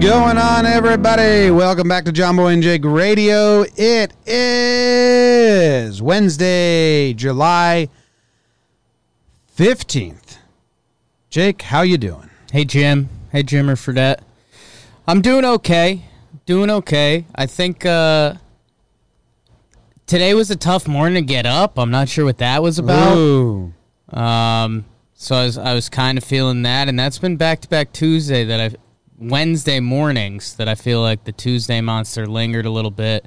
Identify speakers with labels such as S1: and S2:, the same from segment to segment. S1: going on, everybody? Welcome back to Jumbo and Jake Radio. It is Wednesday, July fifteenth. Jake, how you doing?
S2: Hey Jim. Hey Jimmer Fredette. I'm doing okay. Doing okay. I think uh today was a tough morning to get up. I'm not sure what that was about.
S1: Ooh.
S2: Um so I was I was kind of feeling that and that's been back to back Tuesday that I've Wednesday mornings that I feel like the Tuesday monster lingered a little bit.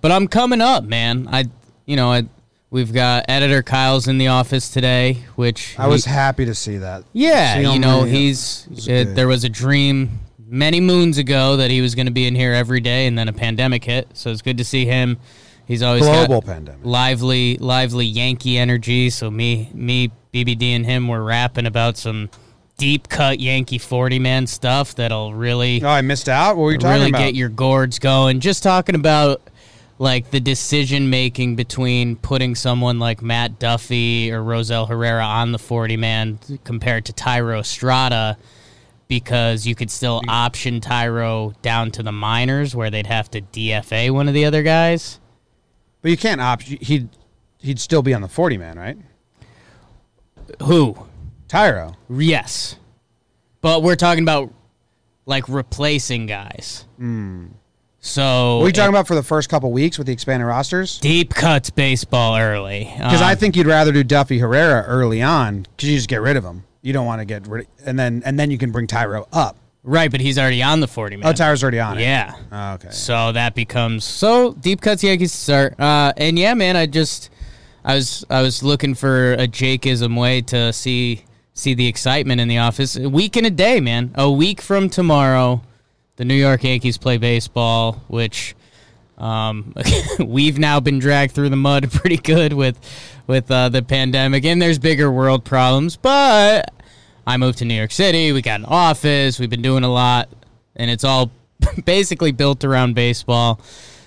S2: But I'm coming up, man. I you know, I we've got editor Kyle's in the office today, which
S1: I was
S2: he-
S1: happy to see that.
S2: yeah,
S1: See
S2: you
S1: him
S2: know,
S1: really-
S2: he's
S1: It's
S2: it,
S1: good.
S2: there was a dream many moons ago that he was going to be in here every day, and then a pandemic hit. So it's good to see him. He's always got
S1: global pandemic.
S2: lively, lively Yankee energy. So me, me, BBD, and him were rapping about some deep cut Yankee forty man stuff that'll really
S1: Oh, I missed out. What were you talking
S2: really
S1: about?
S2: get your gourds going. Just talking about like the decision making between putting someone like Matt Duffy or Rosel Herrera on the forty man compared to Tyro Estrada, because you could still
S1: Mm-hmm.
S2: option Tyro down to the minors where they'd have to DFA one of the other guys.
S1: but you can't opt. He'd he'd still be on the forty man, right?
S2: Who?
S1: Tyro.
S2: Yes. But we're talking about like replacing guys. So
S1: Hmm. What are you talking about for the first couple weeks with the expanded rosters?
S2: deep cuts baseball early.
S1: Because
S2: Um,
S1: I think you'd rather do Duffy Herrera early on because you just get rid of him. You don't want to get rid, and then and then you can bring Tyro up.
S2: Right, but he's already on the 40 man.
S1: Oh, Tyro's already on it.
S2: Yeah.
S1: Oh, okay.
S2: So that becomes so deep cuts Yankees to start. Uh, and yeah, man, I just I was I was looking for a Jakeism way to see see the excitement in the office. A week in a day, man. A week from tomorrow, the New York Yankees play baseball, which um, we've now been dragged through the mud pretty good with with uh, the pandemic, and there's bigger world problems. But I moved to New York City. We got an office. We've been doing a lot, and it's all basically built around baseball.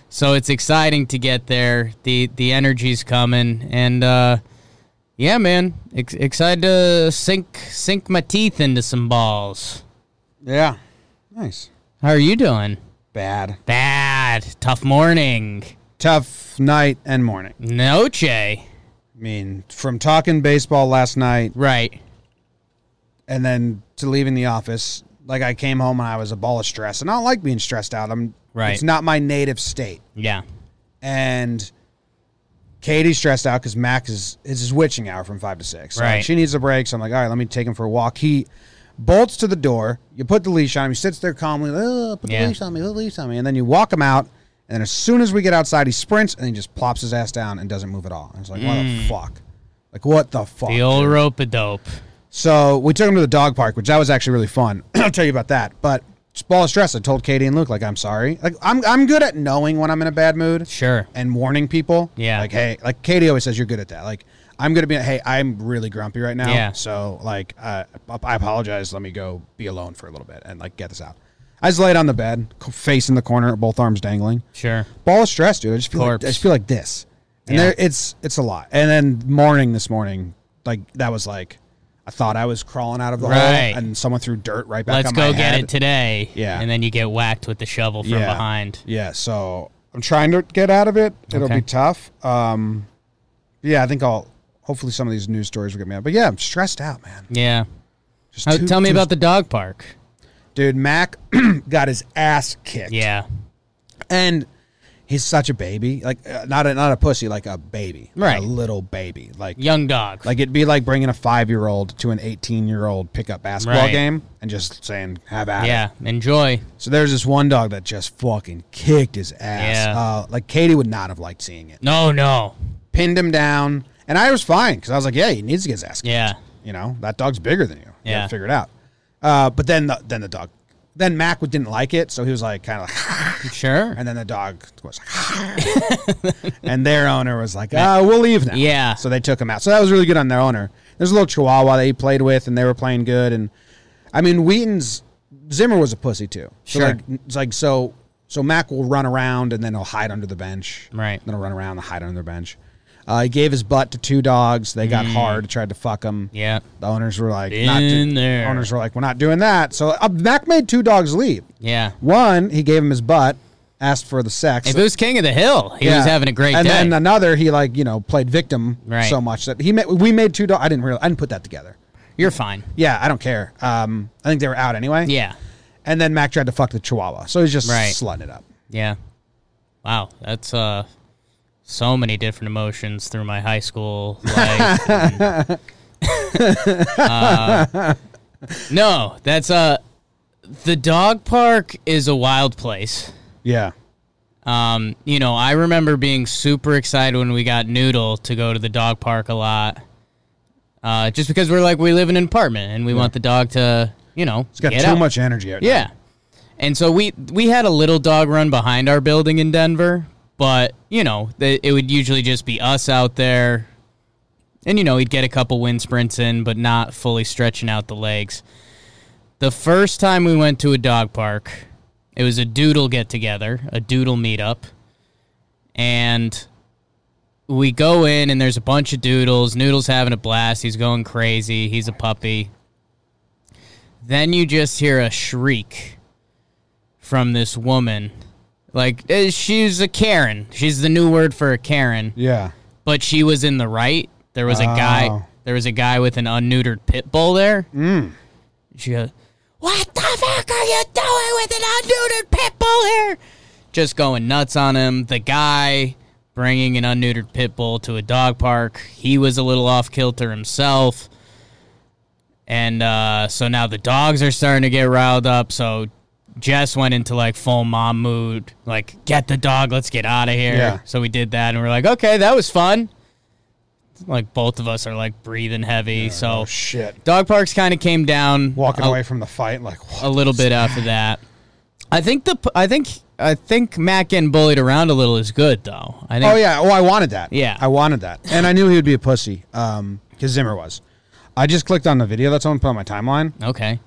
S2: So it's exciting to get there. the The energy's coming, and uh, yeah, man, ex- excited to sink sink my teeth into some balls.
S1: Yeah. Nice.
S2: How are you doing?
S1: Bad.
S2: Bad, tough morning.
S1: Tough night and morning.
S2: Noche.
S1: I mean, from talking baseball last night
S2: Right.
S1: and then to leaving the office, like I came home and I was a ball of stress, and I don't like being stressed out. I'm
S2: Right.
S1: It's not my native state.
S2: Yeah.
S1: and Katie's stressed out because Max is it's his witching hour from five to six. So, like,
S2: Right.
S1: she needs a break. So I'm like, all right, let me take him for a walk. He bolts to the door. You put the leash on him. He sits there calmly. "Oh, put the
S2: Yeah.
S1: leash on me. Put the leash on me. And then you walk him out. And then as soon as we get outside, he sprints and he just plops his ass down and doesn't move at all. And it's like, what the fuck? Like what the fuck?
S2: Mm. The old rope a dope.
S1: So we took him to the dog park, which that was actually really fun. I'll tell you about that. But it's ball of stress. I told Katie and Luke, like, I'm sorry. Like I'm I'm good at knowing when I'm in a bad mood
S2: Sure.
S1: and warning people.
S2: Yeah.
S1: Like, hey, like Katie always says, you're good at that. Like, I'm gonna be. Hey, I'm really grumpy right now.
S2: Yeah.
S1: So like, uh, I apologize. Let me go be alone for a little bit and like get this out. I just laid on the bed, c- face in the corner, both arms dangling.
S2: Sure.
S1: Ball of stress, dude. I just feel like,
S2: Corpse.
S1: I just feel like this, and
S2: Yeah.
S1: there, it's it's a lot. And then morning this morning, like that was like, I thought I was crawling out of the
S2: Right.
S1: hole, and someone threw dirt right back.
S2: Let's
S1: on
S2: go
S1: my
S2: get
S1: head.
S2: it today.
S1: Yeah.
S2: And then you get whacked with the shovel from behind.
S1: Yeah, so I'm trying to get out of it. It'll
S2: Okay.
S1: be tough. Um, yeah, I think I'll. Hopefully, some of these news stories will get me out. But yeah, I'm stressed out, man.
S2: Yeah.
S1: Just
S2: Uh,
S1: too-
S2: tell me
S1: too-
S2: about the dog park.
S1: dude. Mac got his ass kicked.
S2: Yeah.
S1: and he's such a baby. Like uh, not a not a pussy, like a baby, Like
S2: Right.
S1: a little baby. Like
S2: Young dog.
S1: like it'd be like bringing a five year old to an eighteen year old pickup basketball
S2: Right.
S1: game and just saying have at it.
S2: yeah. Enjoy.
S1: So there's this one dog that just fucking kicked his ass.
S2: Yeah.
S1: Uh, like Katie would not have liked seeing it.
S2: No, no.
S1: pinned him down, and I was fine because I was like, "Yeah, he needs to get his ass kicked."
S2: Yeah.
S1: you know that dog's bigger than you. you
S2: Yeah.
S1: gotta figure it out. Uh, but then the, then the dog, then Mac would- didn't like it, so he was like kind of like,
S2: Sure.
S1: and then the dog was like, and their owner was like, "Uh, we'll leave now."
S2: Yeah.
S1: so they took him out. So that was really good on their owner. There's a little Chihuahua that he played with, and they were playing good. And I mean, Wheaton's Zimmer was a pussy too. So
S2: Sure.
S1: like, it's like so. So Mac will run around and then he'll hide under the bench.
S2: Right.
S1: Then he'll run around and hide under the bench. Uh, he gave his butt to two dogs. They got hard, tried to fuck him.
S2: Mm. Yeah.
S1: The owners were like,
S2: Been
S1: not do-
S2: there.
S1: Owners were like, we're not doing that. So uh, Mac made two dogs leave.
S2: Yeah.
S1: One, he gave him his butt, asked for the sex.
S2: If it was King of the Hill, he
S1: Yeah.
S2: was having a great
S1: and
S2: day.
S1: then uh, another, he like you know played victim
S2: Right.
S1: so much that he made, we made two. dogs. I didn't realize I didn't put that together.
S2: You're fine.
S1: Yeah, I don't care. Um, I think they were out anyway.
S2: Yeah.
S1: And then Mac tried to fuck the Chihuahua, so he's just
S2: Right.
S1: slutting it up.
S2: Yeah. Wow. That's uh so many different emotions through my high school life. and- Uh, no, that's uh the dog park is a wild place.
S1: Yeah.
S2: Um, you know, I remember being super excited when we got Noodle to go to the dog park a lot. Uh, just because we're like we live in an apartment and we want the dog to, you know,
S1: It's got
S2: get
S1: too
S2: out.
S1: much energy. Out
S2: Yeah. And so we we had a little dog run behind our building in Denver, but you know, the, it would usually just be us out there. And you know, he'd get a couple wind sprints in, but not fully stretching out the legs. The first time we went to a dog park, it was a doodle get together, a doodle meetup. And we go in and there's a bunch of doodles. Noodle's having a blast. He's going crazy. He's a puppy. Then you just hear a shriek from this woman. Like, eh, she's a Karen. She's the new word for a Karen.
S1: Yeah.
S2: But she was in the right. There was a
S1: Oh.
S2: guy. There was a guy with an unneutered pit bull there. She goes, "What the fuck are you doing with an unneutered pit bull here?" Just going nuts on him. The guy bringing an unneutered pit bull to a dog park. He was a little off kilter himself, and uh, so now the dogs are starting to get riled up. So Jess went into like full mom mood, like get the dog, let's get out of here.
S1: Yeah.
S2: So we did that, and we're like, okay, that was fun. Like both of us are like breathing heavy, so
S1: Oh shit.
S2: Dog parks kind of came down
S1: Walking
S2: a,
S1: away from the fight, like what?
S2: a little bit after that. I think the p- I think I think Matt getting bullied around a little is good though. I think
S1: Oh yeah. Oh, I wanted that.
S2: Yeah.
S1: I wanted that, and I knew he would be a pussy. Um, because Zimmer was. I just clicked on the video that someone put on my timeline.
S2: Okay.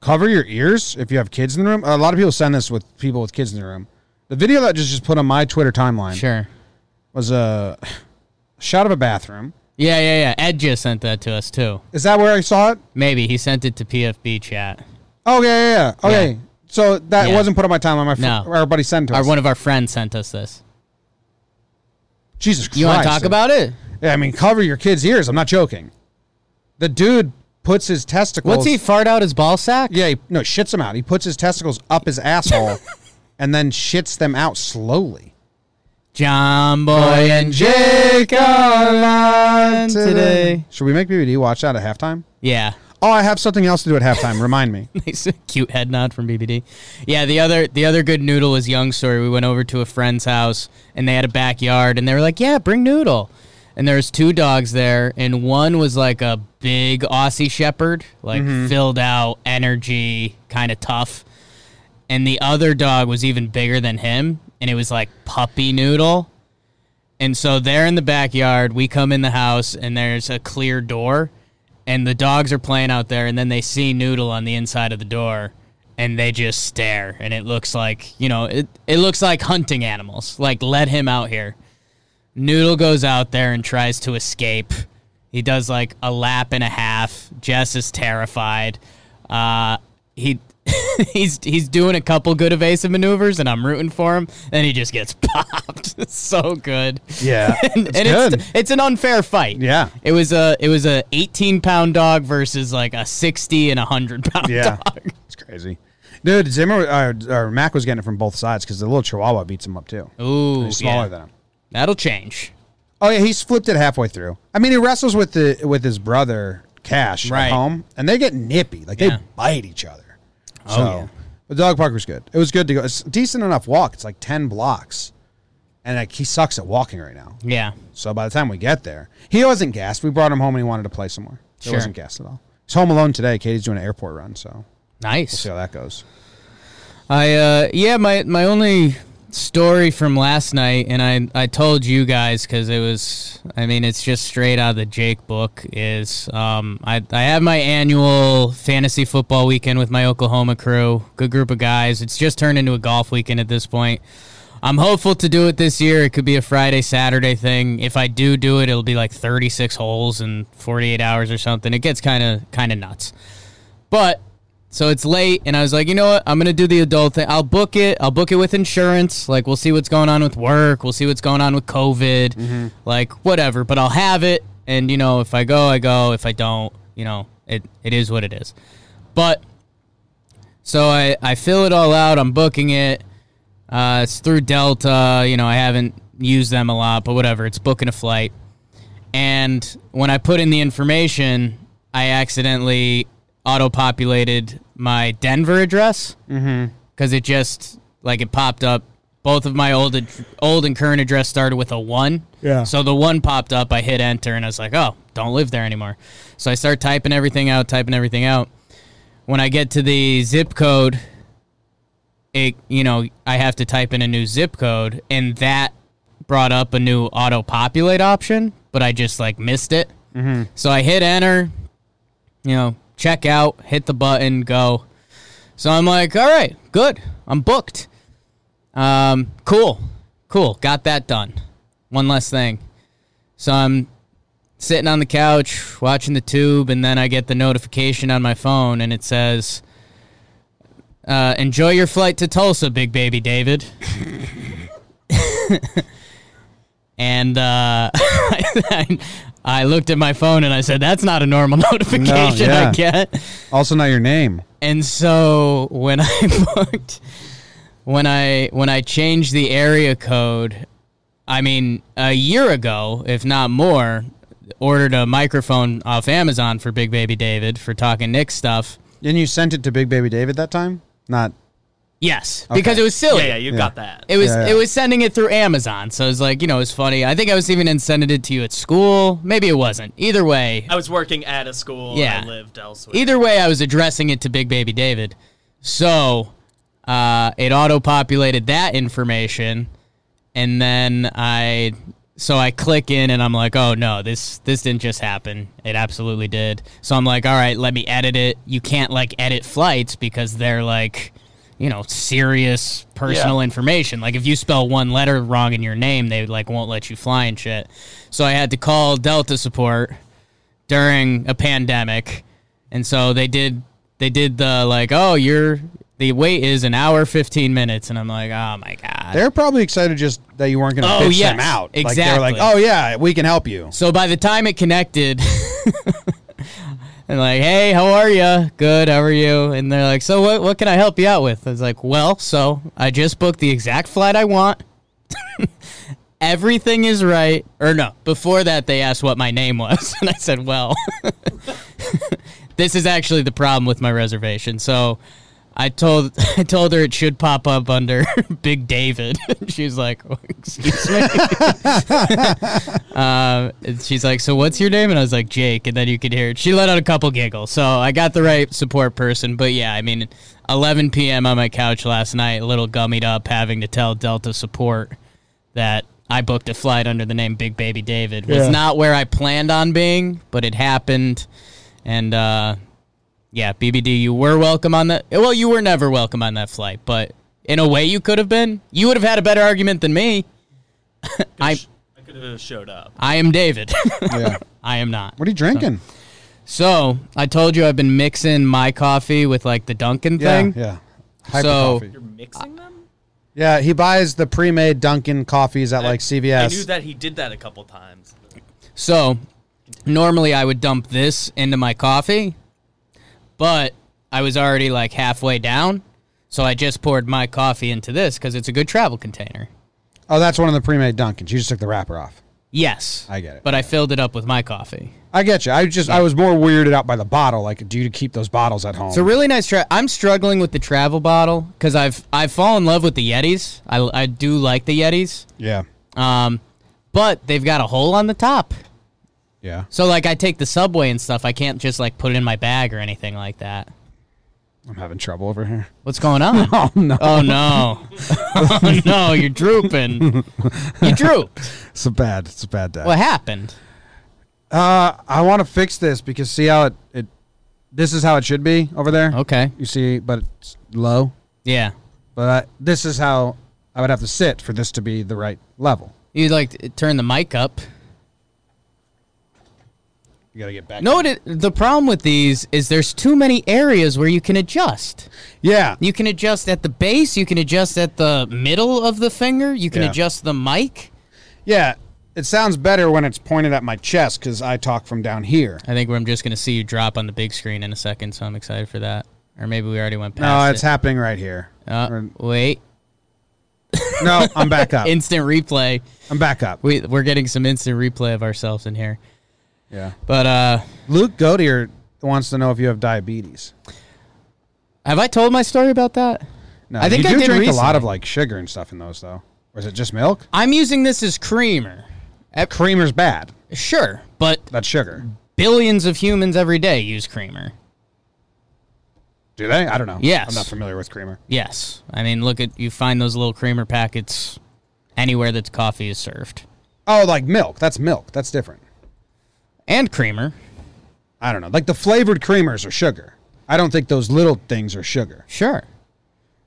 S1: Cover your ears if you have kids in the room. A lot of people send this with people with kids in the room. The video that just just put on my Twitter timeline
S2: Sure.
S1: was a shot of a bathroom.
S2: Yeah, yeah, yeah. Ed just sent that to us too.
S1: Is that where I saw it?
S2: Maybe he sent it to PFB chat.
S1: Oh yeah, yeah, yeah. Okay.
S2: Yeah.
S1: So that
S2: Yeah.
S1: wasn't put on my timeline. My fr-
S2: No.
S1: our buddy sent it to
S2: Or
S1: us.
S2: one of our friends sent us this.
S1: Jesus Christ.
S2: You want to talk about it?
S1: Yeah, I mean, cover your kids' ears. I'm not joking. The dude puts his testicles.
S2: What's he fart out his ball sack?
S1: Yeah, he, no, shits them out. He puts his testicles up his asshole, and then shits them out slowly.
S2: John Boy and Jake are on today.
S1: Should we make BBD watch that at halftime?
S2: Yeah.
S1: Oh, I have something else to do at halftime. Remind me.
S2: Nice cute head nod from BBD. Yeah, the other the other good noodle was Young story. We went over to a friend's house and they had a backyard and they were like, "Yeah, bring noodle." And there was two dogs there and one was like a big Aussie shepherd, like filled out, energy, kind of tough. And the other dog was even bigger than him and it was like puppy noodle. And so they're in the backyard. We come in the house, and there's a clear door, and the dogs are playing out there. And then they see Noodle on the inside of the door, and they just stare. And it looks like you know, it it looks like hunting animals. Like let him out here. Noodle goes out there and tries to escape. He does like a lap and a half. Jess is terrified. Uh, he. he's he's doing a couple good evasive maneuvers and I'm rooting for him and he just gets popped. It's so good
S1: Yeah,
S2: and
S1: it's
S2: and
S1: good.
S2: it's it's an unfair fight.
S1: Yeah.
S2: it was a it was a 18 pound dog versus like a 60 and a 100 pound
S1: yeah,
S2: dog.
S1: it's crazy. Dude, Zimmer uh, or Mac was getting it from both sides because the little Chihuahua beats him up too.
S2: Ooh,
S1: He's smaller
S2: yeah.
S1: than him.
S2: That'll change.
S1: Oh yeah, he's flipped it halfway through. I mean, he wrestles with the with his brother Cash
S2: Right.
S1: at home, and they get nippy, like
S2: Yeah.
S1: they bite each other.
S2: Oh,
S1: so,
S2: yeah.
S1: the dog park was good. It was good to go. It's a decent enough walk. It's like ten blocks, and like he sucks at walking right now.
S2: Yeah,
S1: So by the time we get there, he wasn't gassed. We brought him home, and he wanted to play some more. He
S2: Sure.
S1: wasn't gassed at all. He's home alone today. Katie's doing an airport run, so
S2: nice.
S1: see how that goes.
S2: I uh yeah, my my only story from last night and I I told you guys cuz it was I mean it's just straight out of the Jake book is um I I have my annual fantasy football weekend with my Oklahoma crew. Good group of guys. It's just turned into a golf weekend at this point. I'm hopeful to do it this year. It could be a Friday, Saturday thing. If I do do it, it'll be like 36 holes in 48 hours or something. It gets kind of kind of nuts. But so it's late, and I was like, you know what? I'm gonna do the adult thing. I'll book it. I'll book it with insurance. Like we'll see what's going on with work. We'll see what's going on with COVID. Like whatever. But I'll have it, and you know, if I go, I go. If I don't, you know, it it is what it is. But so I I fill it all out. I'm booking it. Uh, it's through Delta. You know, I haven't used them a lot, but whatever. It's booking a flight. And when I put in the information, I accidentally auto populated my Denver address because mm it just like it popped up. Both of my old ad- old and current address started with a one.
S1: Yeah.
S2: So the one popped up. I hit enter and I was like, oh, don't live there anymore. So I start typing everything out, typing everything out. When I get to the zip code, it you know I have to type in a new zip code, and that brought up a new auto populate option, but I just like missed it. So I hit enter, you know, check out, hit the button, go. So I'm like, all right, good, I'm booked. Um, cool, cool, got that done. One less thing. So I'm sitting on the couch watching the tube, and then I get the notification on my phone, and it says. Uh, enjoy your flight to Tulsa, big baby David. and uh, I, I looked at my phone and I said, "That's not a normal notification
S1: yeah.
S2: I get."
S1: Also, not your name.
S2: And so when I booked, when I when I changed the area code, I mean a year ago, if not more, ordered a microphone off Amazon for Big Baby David for talking Nick stuff.
S1: And you sent it to Big Baby David that time? Not.
S2: Yes, because it was silly.
S3: Yeah, yeah, you got that.
S2: Oh, It was
S1: Yeah, yeah.
S2: it was sending it through Amazon, so it was like you know it was funny. I think I was even in sending it to you at school. Maybe it wasn't. Either way,
S3: I was working at a school.
S2: Yeah.
S3: Yeah. I lived elsewhere.
S2: either way, I was addressing it to Big Baby David. So uh, it auto populated that information, and then I so I click in and I'm like, oh no, this this didn't just happen. It absolutely did. So I'm like, all right, let me edit it. You can't like edit flights because they're like. You know, serious personal
S3: Yeah.
S2: information. Like if you spell one letter wrong in your name, they like won't let you fly and shit. So I had to call Delta support during a pandemic and so they did they did the like oh you're the wait is an hour 15 minutes and i'm like oh my god
S1: They're probably excited just that you weren't going to
S2: Oh,
S1: pitch
S2: yes,
S1: them out. Like, they're like, oh,
S2: exactly.
S1: yeah, we can help you.
S2: so by the time it connected and like hey how are you good how are you and they're like so what, what can i help you out with i was like well so i just booked the exact flight i want everything is right or no before that they asked what my name was and i said well this is actually the problem with my reservation so i told i told her it should pop up under big david she's like "Oh, excuse me um, and she's like so what's your name and i was like jake and then you could hear it she let out a couple giggles so i got the right support person but yeah i mean 11 p.m on my couch last night a little gummied up having to tell delta support that I booked a flight under the name Big Baby David was
S1: Yeah.
S2: not where I planned on being, but it happened. And uh, yeah, BBD, you were welcome on that. Well, you were never welcome on that flight, but in a way, you could have been. You would have had a better argument than me. I
S3: I could have showed up.
S2: I am David.
S1: yeah.
S2: I am not.
S1: What are you drinking?
S2: So I told you I've been mixing my coffee with like the Dunkin'
S1: yeah,
S2: thing.
S1: yeah. Hyper
S2: So-
S1: coffee.
S3: You're mixing them?
S1: Yeah, he buys the pre-made Dunkin' coffees at like CVS.
S3: I knew that he did that a couple times.
S2: So normally I would dump this into my coffee, but I was already like halfway down. So I just poured my coffee into this because it's a good travel container.
S1: Oh, that's one of the pre-made Dunkins. You just took the wrapper off.
S2: Yes.
S1: I get it.
S2: But I filled it up with my coffee.
S1: I get you. I just I was more weirded out by the bottle. Like, do you keep those bottles at home?
S2: It's a really nice tra- I'm struggling with the travel bottle because I've I've fallen in love with the Yetis. I, I do like the Yetis.
S1: yeah,
S2: Um, but they've got a hole on the top.
S1: yeah.
S2: So like I take the subway and stuff. I can't just like put it in my bag or anything like that.
S1: I'm having trouble over here.
S2: What's going on?
S1: Oh no,
S2: Oh no! oh no! You're drooping. You drooped.
S1: it's a bad, it's a bad day.
S2: What happened?
S1: Uh, I want to fix this because see how it, it this is how it should be over there.
S2: Okay.
S1: You see, but it's low.
S2: Yeah.
S1: But I, this is how I would have to sit for this to be the right level.
S2: You'd like to turn the mic up.
S1: You got to get back.
S2: No, it, the problem with these is there's too many areas where you can adjust.
S1: Yeah.
S2: You can adjust at the base. You can adjust at the middle of the finger. You can
S1: Yeah.
S2: adjust the mic.
S1: Yeah. It sounds better when it's pointed at my chest because I talk from down here.
S2: I think I'm just going to see you drop on the big screen in a second, so I'm excited for that. Or maybe we already went past
S1: No, it's
S2: it.
S1: happening right here.
S2: Uh, wait,
S1: No, I'm back up.
S2: instant replay.
S1: I'm back up.
S2: We we're getting some instant replay of ourselves in here.
S1: Yeah.
S2: But uh,
S1: Luke Godier wants to know if you have diabetes.
S2: have I told my story about that?
S1: No,
S2: I think
S1: you
S2: I
S1: do
S2: did
S1: drink a lot
S2: recently.
S1: of like sugar and stuff in those though. Or is it just milk?
S2: I'm using this as creamer.
S1: Creamer's bad.
S2: Sure, but
S1: That's sugar.
S2: billions of humans every day use creamer.
S1: Do they? I don't know.
S2: Yes.
S1: I'm not familiar with creamer.
S2: Yes. I mean, look at you find those little creamer packets anywhere that coffee is served.
S1: Oh, like milk. That's milk. That's different.
S2: And creamer.
S1: I don't know. Like the flavored creamers are sugar. I don't think those little things are sugar.
S2: Sure.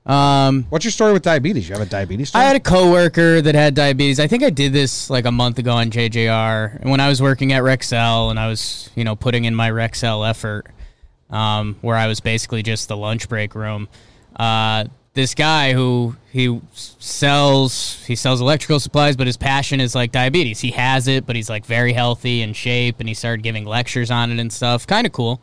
S2: Um
S1: What's your story with diabetes? You have a diabetes story?
S2: I had a coworker that had diabetes. I think I did this like a month ago on JJR. And when I was working at Rexel and I was, you know, putting in my Rexel effort, um, where I was basically just the lunch break room, uh, this guy who he s- sells he sells electrical supplies, but his passion is like diabetes. He has it, but he's like very healthy in shape, and he started giving lectures on it and stuff. Kind of cool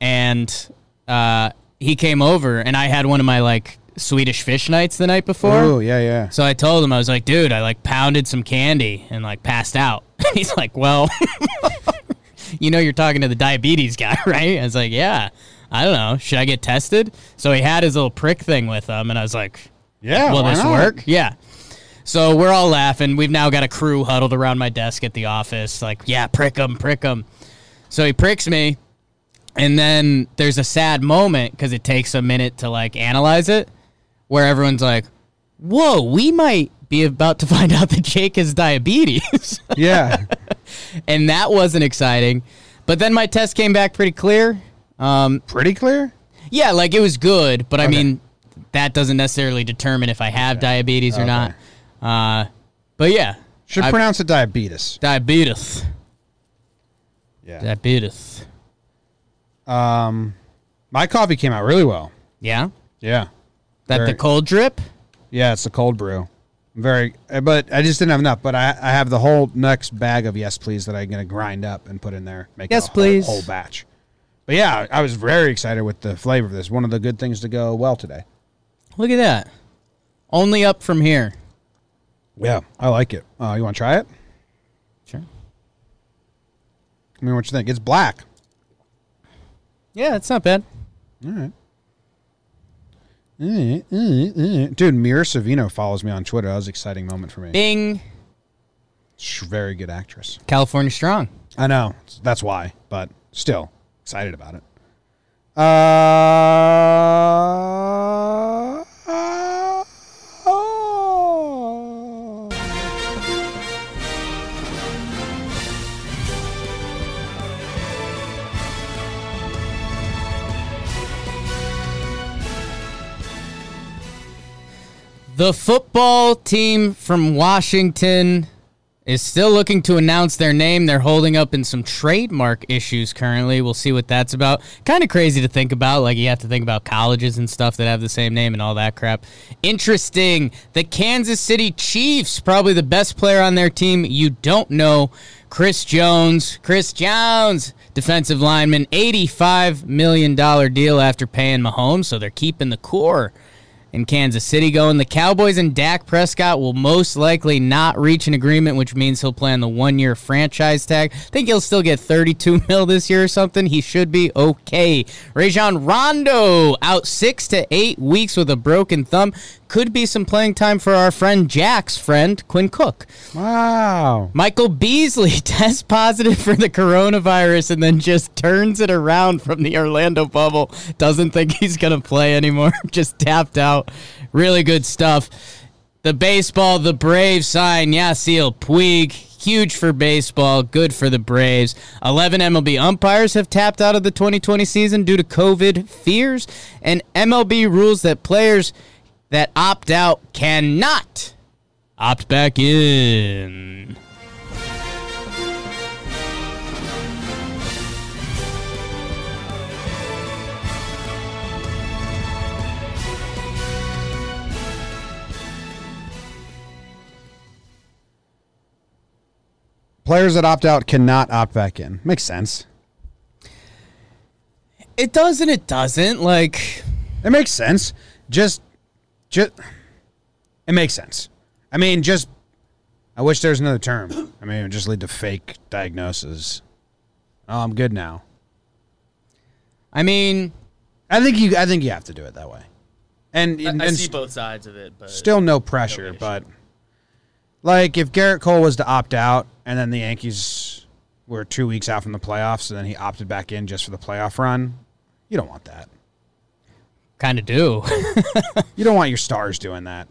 S2: and uh, he came over and I had one of my like Swedish fish nights the night before.
S1: Oh, yeah, yeah.
S2: So I told him I was like, dude, I like pounded some candy and like passed out. He's like, well, you know, you're talking to the diabetes guy, right? I was like, yeah. I don't know. Should I get tested? So he had his little prick thing with him, and I was like,
S1: Yeah.
S2: Will
S1: why
S2: this
S1: not?
S2: work? Yeah. So we're all laughing. We've now got a crew huddled around my desk at the office, like, yeah, prick him, prick him. So he pricks me, and then there's a sad moment because it takes a minute to like analyze it, where everyone's like, "Whoa, we might be about to find out that Jake has diabetes,"
S1: Yeah.
S2: and that wasn't exciting. But then my test came back pretty clear. Um,
S1: Pretty clear?
S2: yeah, like it was good, but I mean, that doesn't necessarily determine if I have diabetes or not. Uh, but yeah,
S1: Should
S2: I-
S1: pronounce it diabetes.
S2: diabetes,
S1: Yeah.
S2: diabetes.
S1: My coffee came out really well.
S2: Yeah,
S1: Yeah.
S2: that the
S1: Very-
S2: cold drip.
S1: Yeah, it's a cold brew. I'm very, uh, but I just didn't have enough. But I, I have the whole next bag of yes please that I'm gonna grind up and put in there. Make it
S2: Yes,
S1: a whole-
S2: please.
S1: whole, batch. But yeah, I was very excited with the flavor of this. One of the good things to go well today.
S2: Look at that. Only up from here.
S1: Yeah, I like it. Uh, you want to try it?
S2: Sure.
S1: I mean, what you think? It's black.
S2: Yeah, it's not bad.
S1: Mm, mm, mm. Dude, Mira Savino follows me on Twitter. That was an exciting moment for me.
S2: Bing.
S1: She's a very good actress.
S2: California strong.
S1: I know. That's why, but still excited about it. Uh, oh.
S2: The football team from Washington is still looking to announce their name. They're holding up in some trademark issues currently. We'll see what that's about. Kind of crazy to think about. Like, you have to think about colleges and stuff that have the same name and all that crap. Interesting. The Kansas City Chiefs, probably the best player on their team. You don't know. Chris Jones. Chris Jones, defensive lineman. $85 million deal after paying Mahomes, so they're keeping the core in Kansas City going. The Cowboys and Dak Prescott will most likely not reach an agreement, which means he'll play on the one year franchise tag. think he'll still get 32 mil this year or something. He should be okay. Rajon Rondo out six to eight weeks with a broken thumb. Could be some playing time for our friend Jack's friend, Quinn Cook.
S1: wow.
S2: Michael Beasley tests positive for the coronavirus and then just turns it around from the Orlando bubble. Doesn't think he's going to play anymore. just tapped out. Really good stuff. The baseball, the Braves sign Yasiel Puig. Huge for baseball, good for the Braves. 11 MLB umpires have tapped out of the 2020 season due to COVID fears and MLB rules that players that opt out cannot opt back in.
S1: Players that opt out cannot opt back in. Makes sense.
S2: It does and it doesn't. Like,
S1: It makes sense. Just, just, it makes sense. I mean, just. I wish there's another term. I mean, it would just lead to fake diagnoses. Oh, I'm good now.
S2: I mean,
S1: I think you. I think you have to do it that way. And
S3: I,
S1: and,
S3: I
S1: and
S3: see both sides of it, but
S1: still no pressure,
S3: issue.
S1: but like if Garrett Cole was to opt out and then the Yankees were two weeks out from the playoffs and then he opted back in just for the playoff run, you don't want that.
S2: kind of do.
S1: You don't want your stars doing that.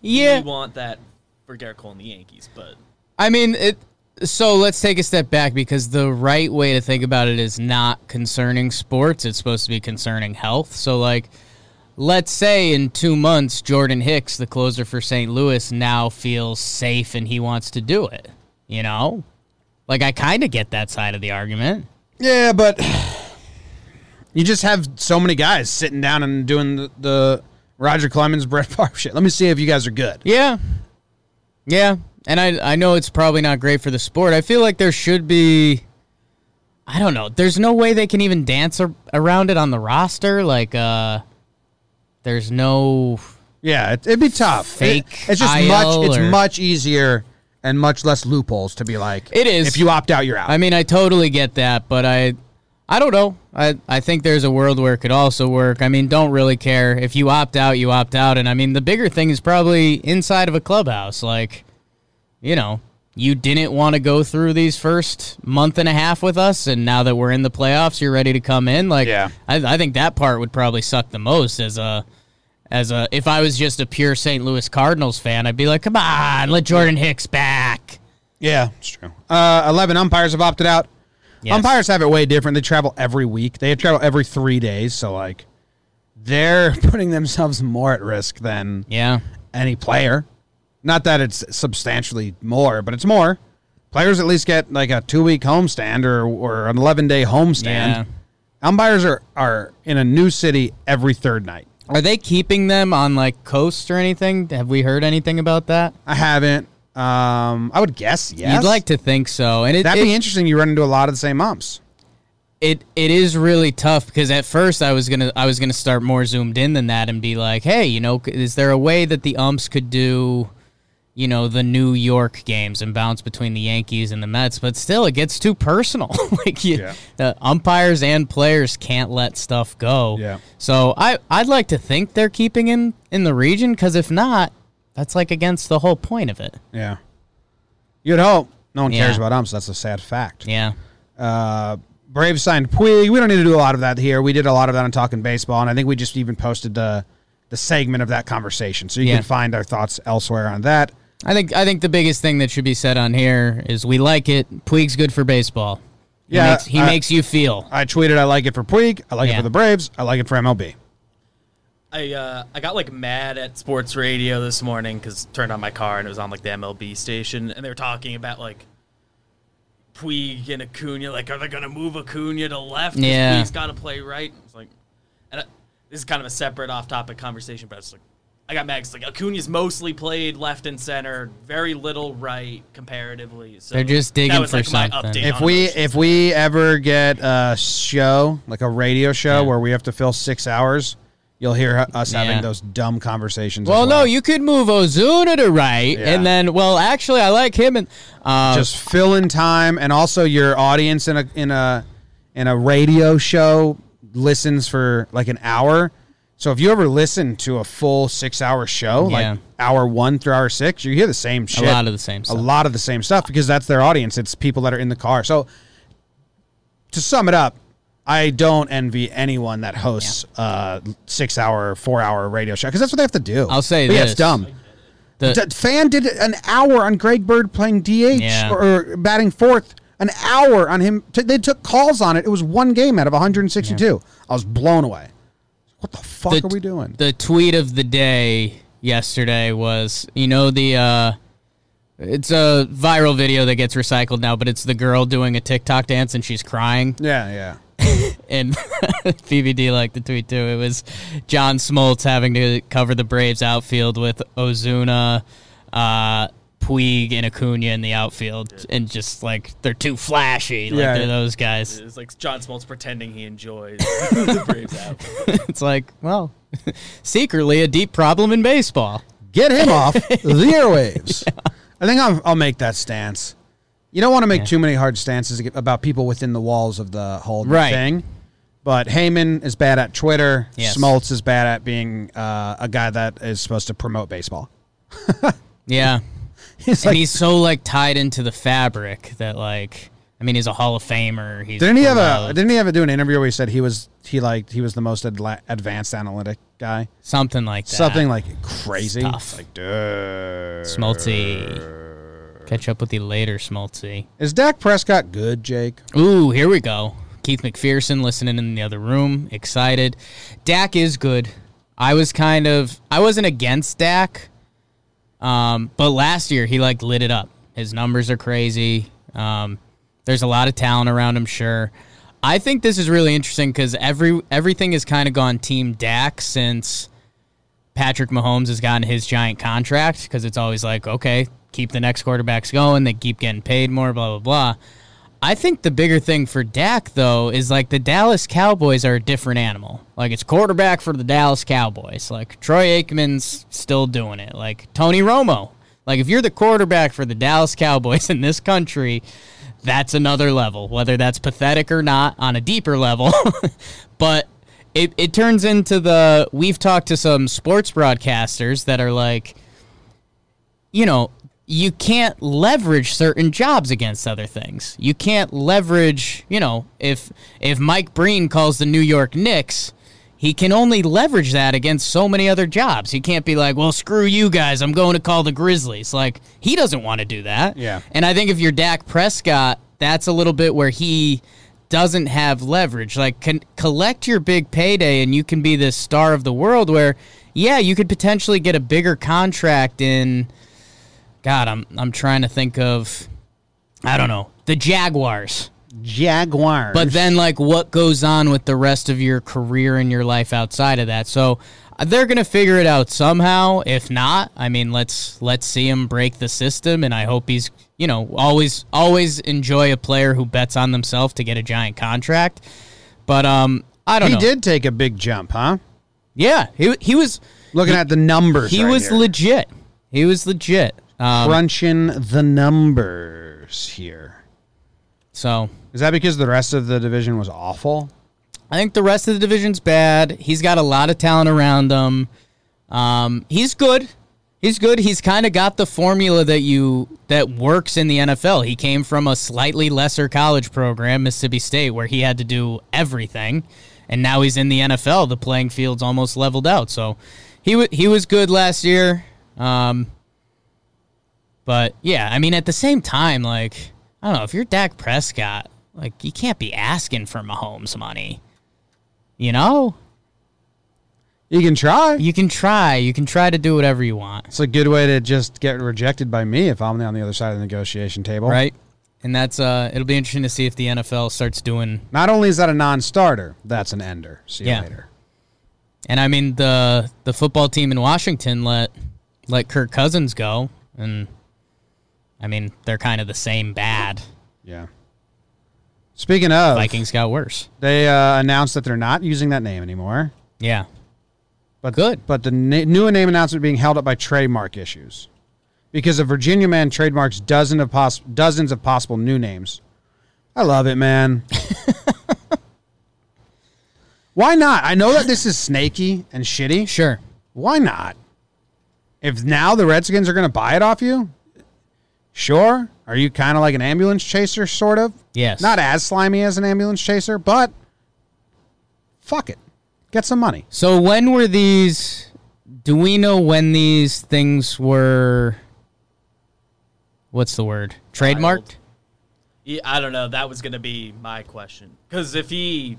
S2: yeah.
S3: we want that for Garrett Cole and the Yankees, but
S2: I mean, it. So let's take a step back because the right way to think about it is not concerning sports. It's supposed to be concerning health. So, like, let's say in two months, Jordan Hicks, the closer for St. Louis, now feels safe and he wants to do it. You know, like I kind of get that side of the argument.
S1: Yeah, but you just have so many guys sitting down and doing the, the Roger Clemens, Brett Favre shit. Let me see if you guys are good.
S2: Yeah. Yeah. And I I know it's probably not great for the sport. I feel like there should be I don't know. There's no way they can even dance ar- around it on the roster like uh there's no
S1: Yeah, it, it'd be tough.
S2: Fake
S1: It- it's just
S2: IL
S1: much. It's
S2: or-
S1: much easier and much less loopholes to be like.
S2: It is.
S1: If you opt out, you're out.
S2: I mean, I totally get that, but I I don't know. I I think there's a world where it could also work. I mean, don't really care if you opt out, you opt out, and I mean, the bigger thing is probably inside of a clubhouse like you know, you didn't want to go through these first month and a half with us, and now that we're in the playoffs, you're ready to come in. Like,
S1: Yeah.
S2: I, I think that part would probably suck the most as a, as a. If I was just a pure St. Louis Cardinals fan, I'd be like, come on, let Jordan Hicks back.
S1: Yeah, it's true. Uh, Eleven umpires have opted out.
S2: Yes.
S1: Umpires have it way different. They travel every week. They travel every three days, so like they're putting themselves more at risk than
S2: Yeah.
S1: any player. Not that it's substantially more, but it's more. Players at least get like a two week homestand or or an eleven day homestand.
S2: Yeah.
S1: Umpires are, are in a new city every third night.
S2: Are they keeping them on like coast or anything? Have we heard anything about that?
S1: I haven't. Um, I would guess yes.
S2: You'd like to think so, and it,
S1: That'd be
S2: it-
S1: interesting. You run into a lot of the same umps.
S2: it it is really tough because at first I was gonna I was gonna start more zoomed in than that and be like, hey, you know, c- is there a way that the umps could do, you know, the New York games and bounce between the Yankees and the Mets? But still, it gets too personal. like you,
S1: Yeah.
S2: the umpires and players can't let stuff go.
S1: Yeah.
S2: So I I'd like to think they're keeping him in the region because if not, that's like against the whole point of it.
S1: Yeah. You'd hope. No one cares
S2: Yeah.
S1: about umps. That's a sad fact.
S2: Yeah.
S1: Uh, Braves signed Puig. We don't need to do a lot of that here. We did a lot of that on Talking Baseball, and I think we just even posted the the segment of that conversation, so you
S2: Yeah.
S1: can find our thoughts elsewhere on that.
S2: I think I think the biggest thing that should be said on here is we like it. Puig's good for baseball. He
S1: Yeah,
S2: makes, he
S1: I-
S2: makes you feel.
S1: I tweeted, "I like it for Puig. I like it
S2: Yeah.
S1: for the Braves. I like it for MLB."
S3: I uh, I got like mad at sports radio this morning because turned on my car and it was on like the MLB station and they were talking about like Puig and Acuna like are they gonna move Acuna to left? 'Cause
S2: Yeah.
S3: Puig's got to play right. It's like, and I, this is kind of a separate off-topic conversation, but it's like I got mad. 'cause, like Acuna's mostly played left and center, very little right comparatively. So
S2: They're just
S3: that
S2: digging
S3: was,
S2: for
S3: like, my
S2: something.
S3: update
S1: If
S3: on
S1: we
S3: emotions.
S1: if we ever get a show like a radio show
S2: Yeah.
S1: where we have to fill six hours, you'll hear us
S2: Yeah.
S1: having those dumb conversations. as
S2: Well, no, you could move Ozuna to right,
S1: Yeah.
S2: and then well, actually, I like him. And uh,
S1: just fill in time and also your audience in a in a in a radio show listens for like an hour so if you ever listen to a full six hour show
S2: Yeah.
S1: like hour one through hour six you hear the same shit
S2: lot of the same stuff.
S1: a lot of the same stuff because that's their audience it's people that are in the car so to sum it up i don't envy anyone that hosts uh six hour four hour radio show because that's what they have to do
S2: I'll say
S1: But yeah
S2: this.
S1: it's dumb
S2: the-
S1: D- fan did an hour on Greg Bird playing DH
S2: Yeah.
S1: or, or batting fourth. An hour on him. T- they took calls on it. It was one game out of 162. I was blown away. What the fuck
S2: The-
S1: are we doing?
S2: The tweet of the day yesterday was, you know, the uh, it's a viral video that gets recycled now, but it's the girl doing a TikTok dance and she's crying.
S1: yeah, yeah.
S2: And PVD liked the tweet too. It was John Smoltz having to cover the Braves outfield with Ozuna, uh, Puig, and Acuna in the outfield, and just like they're too flashy, like
S1: Yeah.
S2: they're those guys.
S3: It's like John Smoltz pretending he enjoys the Braves out.
S2: It's like, well, secretly a deep problem in baseball.
S1: Get him off the airwaves. I think I'm, I'll make that stance. You don't want to make too many hard stances ag- about people within the walls of the whole
S2: Right.
S1: thing. But Heyman is bad at Twitter.
S2: Yes.
S1: Smoltz is bad at being uh, a guy that is supposed to promote baseball.
S2: Yeah.
S1: He's
S2: and
S1: like,
S2: he's so like tied into the fabric that like I mean he's a Hall of Famer. He's
S1: didn't he have a?
S2: beloved,
S1: Didn't he ever do an interview where he said he was he like he was the most adla- advanced analytic guy?
S2: something like that?
S1: Something like crazy.
S2: Tough.
S1: Like, dude.
S2: Smoltzy. Catch up with you later, Smoltzy.
S1: Is Dak Prescott good, Jake?
S2: Ooh, here we go. Keith McPherson listening in the other room, excited. Dak is good. I was kind of I wasn't against Dak. Um, but last year he like lit it up. His numbers are crazy. Um, there's a lot of talent around him, sure. I think this is really interesting because every everything has kind of gone team Dak since Patrick Mahomes has gotten his giant contract because it's always like, okay, keep the next quarterbacks going. They keep getting paid more, blah, blah, blah. I think the bigger thing for Dak, though, is like the Dallas Cowboys are a different animal. Like, it's quarterback for the Dallas Cowboys. Like, Troy Aikman's still doing it. Like, Tony Romo. Like, if you're the quarterback for the Dallas Cowboys in this country, that's another level, whether that's pathetic or not, on a deeper level. but it, it turns into the we've talked to some sports broadcasters that are like you know you can't leverage certain jobs against other things you can't leverage you know if if mike breen calls the new york knicks he can only leverage that against so many other jobs. He can't be like, "Well, screw you guys, I'm going to call the Grizzlies." Like he doesn't want to do that.
S1: Yeah.
S2: And I think if you're Dak Prescott, that's a little bit where he doesn't have leverage. Like, can collect your big payday, and you can be this star of the world. Where, yeah, you could potentially get a bigger contract in. God, I'm I'm trying to think of, I don't know, the Jaguars.
S1: Jaguars.
S2: But then, like, what goes on with the rest of your career and your life outside of that? So uh, they're gonna figure it out somehow. If not, I mean, let's let's see him break the system, and I hope he's you know always always enjoy a player who bets on themselves to get a giant contract. But um, I don't
S1: he
S2: know.
S1: did take a big jump, huh?
S2: yeah. He he was
S1: Looking at the numbers,
S2: he
S1: right
S2: was
S1: here.
S2: legit. He was legit. Um,
S1: crunching the numbers here.
S2: so
S1: Is that because the rest of the division was awful?
S2: I think the rest of the division's bad. He's got a lot of talent around him. Um, he's good. He's good. He's kind of got the formula that you that works in the NFL. He came from a slightly lesser college program, Mississippi State, where he had to do everything, and now he's in the NFL. The playing field's almost leveled out. So he wa he was good last year. Um, but yeah, I mean, at the same time, like I don't know if you're Dak Prescott, like you can't be asking for Mahomes money. You know,
S1: You can try.
S2: you can try. You can try to do whatever you want,
S1: It's a good way to just get rejected by me if I'm on the other side of the negotiation table.
S2: right? And that's uh, it'll be interesting to see if the NFL starts doing.
S1: Not only is that a non-starter, that's an ender. See you
S2: Yeah.
S1: later.
S2: And I mean the the football team in Washington let let Kirk Cousins go, and I mean they're kind of the same bad.
S1: Yeah. Speaking of,
S2: Vikings got worse.
S1: they uh, announced that they're not using that name anymore.
S2: Yeah,
S1: But
S2: Good.
S1: But the na- new name announcement being held up by trademark issues, because a Virginia man trademarks dozens of poss- dozens of possible new names. I love it, man. Why not? I know that this is snaky and shitty.
S2: sure.
S1: Why not? If now the Redskins are going to buy it off you, sure. Are you kind of like an ambulance chaser, sort of?
S2: Yes.
S1: Not as slimy as an ambulance chaser, but fuck it. Get some money.
S2: So when were these? Do we know when these things were? What's the word? Trademarked?
S3: Yeah, I don't know. That was gonna be my question. Because if he,